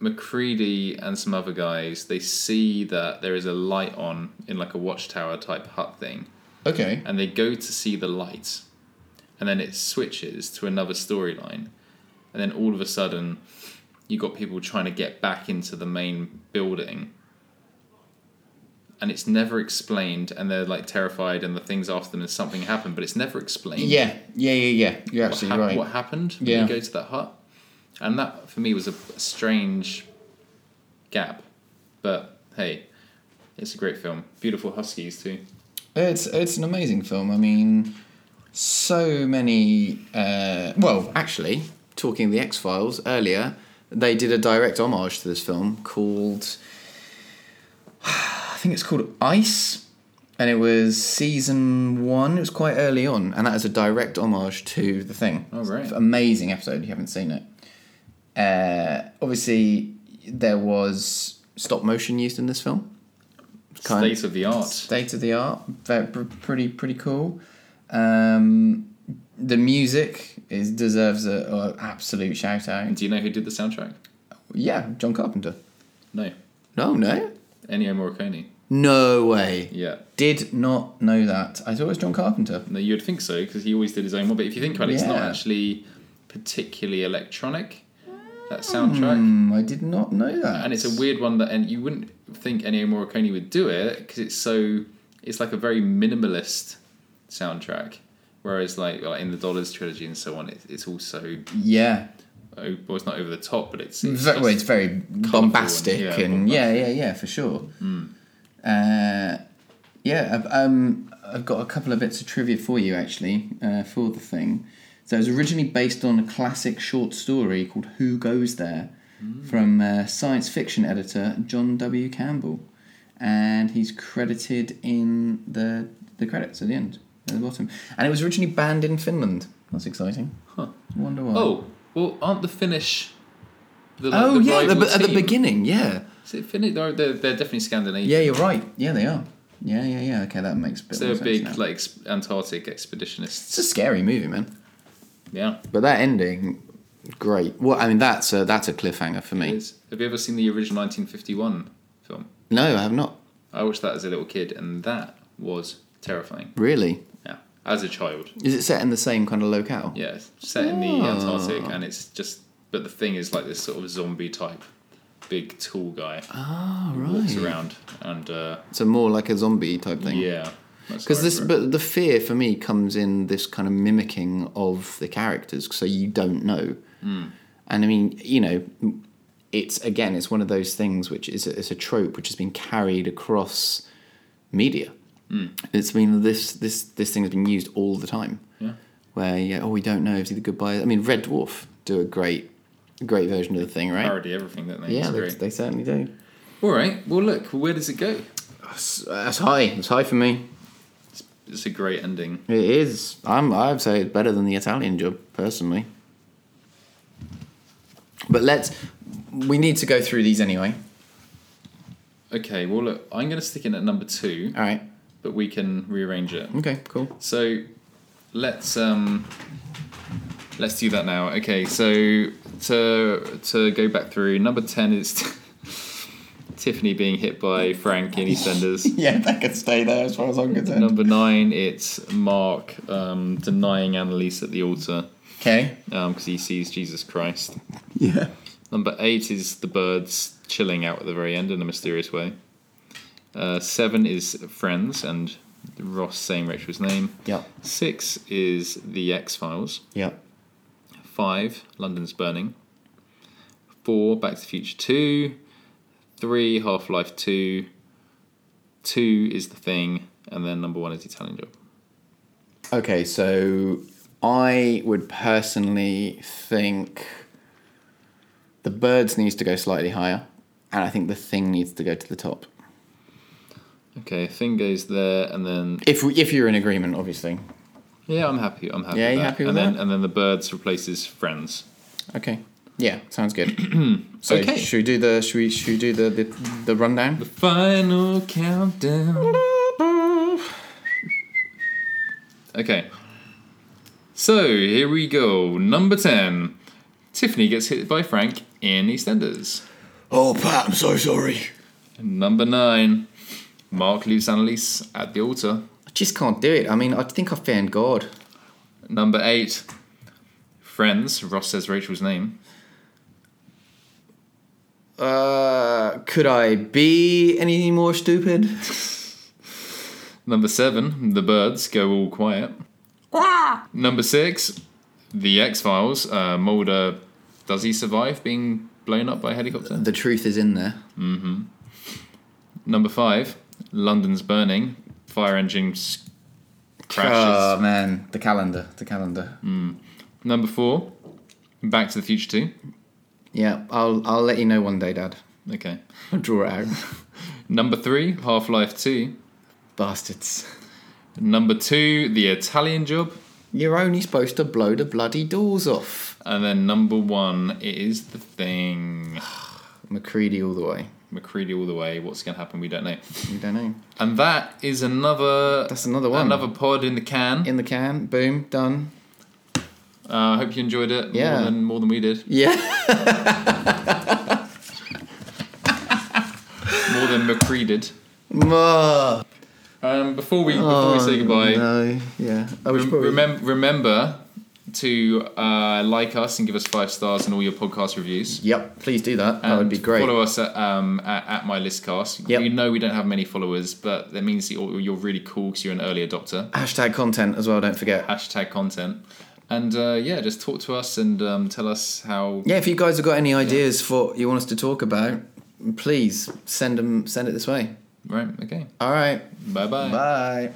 Speaker 2: Macready and some other guys they see that there is a light on in like a watchtower type hut thing.
Speaker 1: Okay.
Speaker 2: and they go to see the light, and then it switches to another storyline, and then all of a sudden, you got people trying to get back into the main building, and it's never explained, and they're like terrified, and the things after them, and something happened, but it's never explained.
Speaker 1: Yeah. Yeah. Yeah. Yeah. You're
Speaker 2: what,
Speaker 1: absolutely
Speaker 2: hap-
Speaker 1: right.
Speaker 2: what happened?
Speaker 1: Yeah.
Speaker 2: when you go to that hut, and that for me was a strange gap, but hey, it's a great film. Beautiful huskies too.
Speaker 1: It's it's an amazing film. I mean, so many. Uh, well, actually, talking of the X Files earlier, they did a direct homage to this film called. I think it's called Ice, and it was season one. It was quite early on, and that is a direct homage to the thing.
Speaker 2: Oh, right.
Speaker 1: It's an amazing episode. If you haven't seen it, uh, obviously there was stop motion used in this film. Kind-
Speaker 2: State of the art.
Speaker 1: state of the art, very, pr- pretty pretty cool. Um, the music is deserves a, a absolute shout out.
Speaker 2: Do you know who did the soundtrack?
Speaker 1: Yeah, John Carpenter.
Speaker 2: No.
Speaker 1: No, no,
Speaker 2: Ennio Morricone.
Speaker 1: no way.
Speaker 2: Yeah.
Speaker 1: Did not know that. I thought it was John Carpenter.
Speaker 2: No, you'd think so because he always did his own one. But if you think about it, it's not
Speaker 1: Yeah.
Speaker 2: actually particularly electronic. That soundtrack,
Speaker 1: Hmm, I did not know that.
Speaker 2: and it's a weird one that, and you wouldn't think Ennio Morricone would do it because it's so. It's like a very minimalist soundtrack. Whereas like, like in the Dollars trilogy and so on, it, it's also
Speaker 1: Yeah,
Speaker 2: oh, well, it's not over the top, but it's, it's
Speaker 1: exactly. It's
Speaker 2: just-
Speaker 1: very bombastic
Speaker 2: yeah, Hmm.
Speaker 1: and yeah, yeah, yeah, for sure. Uh, yeah, I've, um, I've got a couple of bits of trivia for you actually uh, for the thing. So it was originally based on a classic short story called "Who Goes There"
Speaker 2: Hmm.
Speaker 1: from uh, science fiction editor John W. Campbell, and he's credited in the the credits at the end at the bottom. And it was originally banned in Finland. That's exciting.
Speaker 2: Huh.
Speaker 1: Wonder why.
Speaker 2: Oh well, aren't the Finnish? The, like,
Speaker 1: Oh
Speaker 2: the
Speaker 1: yeah, the,
Speaker 2: rival
Speaker 1: at the
Speaker 2: team?
Speaker 1: beginning, yeah,
Speaker 2: Is it Finnish? They're, they're, they're definitely Scandinavian.
Speaker 1: yeah, you're right. Yeah, they are. Yeah, yeah, yeah. Okay, that makes a bit.
Speaker 2: So
Speaker 1: more
Speaker 2: they're
Speaker 1: sense
Speaker 2: big
Speaker 1: now.
Speaker 2: like ex- Antarctic expeditionists.
Speaker 1: It's a scary movie, man.
Speaker 2: Yeah.
Speaker 1: But that ending, great. Well, I mean, that's a that's a cliffhanger for
Speaker 2: it
Speaker 1: me.
Speaker 2: is. Have you ever seen the original 1951 film?
Speaker 1: No, I have not
Speaker 2: I watched that as a little kid, and that was terrifying.
Speaker 1: really.
Speaker 2: Yeah, as a child.
Speaker 1: Is it set in the same kind of locale?
Speaker 2: Yeah, it's set in the
Speaker 1: Oh.
Speaker 2: Antarctic, and it's just. But the thing is, like this sort of zombie type, big tall guy
Speaker 1: Oh
Speaker 2: walks
Speaker 1: right.
Speaker 2: around, and uh,
Speaker 1: So more like a zombie type thing.
Speaker 2: yeah, that's
Speaker 1: Because this,
Speaker 2: horrible.
Speaker 1: but the fear for me comes in this kind of mimicking of the characters, so you don't know. Mm. And I mean, you know, it's again, it's one of those things which is it's a trope which has been carried across media. It's been this this this thing has been used all the time.
Speaker 2: Yeah.
Speaker 1: Where yeah, oh, we don't know if the goodbye. I mean, Red Dwarf do a great, great version of the thing, right?
Speaker 2: parody everything that they
Speaker 1: Yeah,
Speaker 2: yeah,
Speaker 1: they, they certainly do.
Speaker 2: All right, well look, where does it go?
Speaker 1: That's, that's high. It's high for me.
Speaker 2: It's a great ending.
Speaker 1: It is. I'm. I'd say it's better than the Italian job, personally. But let's. We need to go through these anyway.
Speaker 2: Okay, well look, I'm going to stick in at number two,
Speaker 1: All right.
Speaker 2: but we can rearrange it.
Speaker 1: Okay. Cool.
Speaker 2: So let's um let's do that now. Okay, so to to go back through number ten is Tiffany being hit by Frank in EastEnders.
Speaker 1: Yeah, that could stay there as far as I'm
Speaker 2: number nine, it's Mark um, denying Annalise at the altar
Speaker 1: Okay.
Speaker 2: because he sees Jesus Christ.
Speaker 1: Yeah.
Speaker 2: Number eight is the birds chilling out at the very end in a mysterious way. Uh, seven is Friends and Ross saying Rachel's name.
Speaker 1: Yep.
Speaker 2: Six is The X Files.
Speaker 1: Yep.
Speaker 2: Five, London's Burning. Four, Back to the Future 2. Three, Half Life 2. Two is The Thing. And then number one is Italian Job.
Speaker 1: Okay. So I would personally think the birds needs to go slightly higher, and I think the thing needs to go to the top.
Speaker 2: Okay, Thing goes there. And then,
Speaker 1: If we, if you're in agreement, obviously.
Speaker 2: yeah, I'm happy. I'm happy
Speaker 1: Yeah,
Speaker 2: with
Speaker 1: you
Speaker 2: that.
Speaker 1: happy with
Speaker 2: and then,
Speaker 1: that?
Speaker 2: And then The Birds replaces Friends.
Speaker 1: Okay. Yeah, sounds good. so
Speaker 2: Okay.
Speaker 1: should we do the should we should we do the the, the rundown?
Speaker 2: Final countdown. Okay. So here we go. Number 10. Tiffany gets hit by Frank in EastEnders.
Speaker 3: Oh, Pat, I'm so sorry.
Speaker 2: Number 9. Mark leaves Annalise at the altar.
Speaker 1: I just can't do it. I mean, I think I found God.
Speaker 2: Number 8. Friends. Ross says Rachel's name.
Speaker 1: Uh, could I be any more stupid?
Speaker 2: Number 7. The birds go all quiet. Number 6. The X Files. Uh, Mulder. Does he survive being blown up by a helicopter?
Speaker 1: The truth is in there.
Speaker 2: Number five, London's burning. Fire engine s- crashes.
Speaker 1: Oh man, the calendar, the calendar.
Speaker 2: Number four, Back to the Future Two.
Speaker 1: Yeah, I'll I'll let you know one day, Dad.
Speaker 2: Okay.
Speaker 1: I'll draw it out.
Speaker 2: Number three, Half Life Two.
Speaker 1: Bastards.
Speaker 2: Number two, The Italian Job.
Speaker 1: You're only supposed to blow the bloody doors off.
Speaker 2: And then number one, it is the thing.
Speaker 1: Macready all the way.
Speaker 2: McCready all the way. What's going to happen? We don't know.
Speaker 1: You don't know.
Speaker 2: And that is another.
Speaker 1: That's another one.
Speaker 2: Another pod in the can.
Speaker 1: In the can, boom, done.
Speaker 2: Uh, I hope you enjoyed it.
Speaker 1: Yeah.
Speaker 2: More than more than we did.
Speaker 1: Yeah.
Speaker 2: More than McCree did.
Speaker 1: Mwah.
Speaker 2: Um, before we before we say goodbye.
Speaker 1: No, yeah. Oh, I was
Speaker 2: Remember, remember to uh, like us and give us five stars in all your podcast reviews.
Speaker 1: Yep, please do that. that would
Speaker 2: And
Speaker 1: be great.
Speaker 2: Follow us at, um, at, at my listcast.
Speaker 1: Yep.
Speaker 2: You know we don't have many followers, but that means you're, you're really cool because you're an early adopter.
Speaker 1: Hashtag content as well, don't forget.
Speaker 2: Hashtag content. And uh, yeah, just talk to us and um, tell us how.
Speaker 1: Yeah, if you guys have got any ideas for what you want us to talk about, please send them. Send it this way.
Speaker 2: Right, okay.
Speaker 1: All right.
Speaker 2: Bye-bye.
Speaker 1: Bye.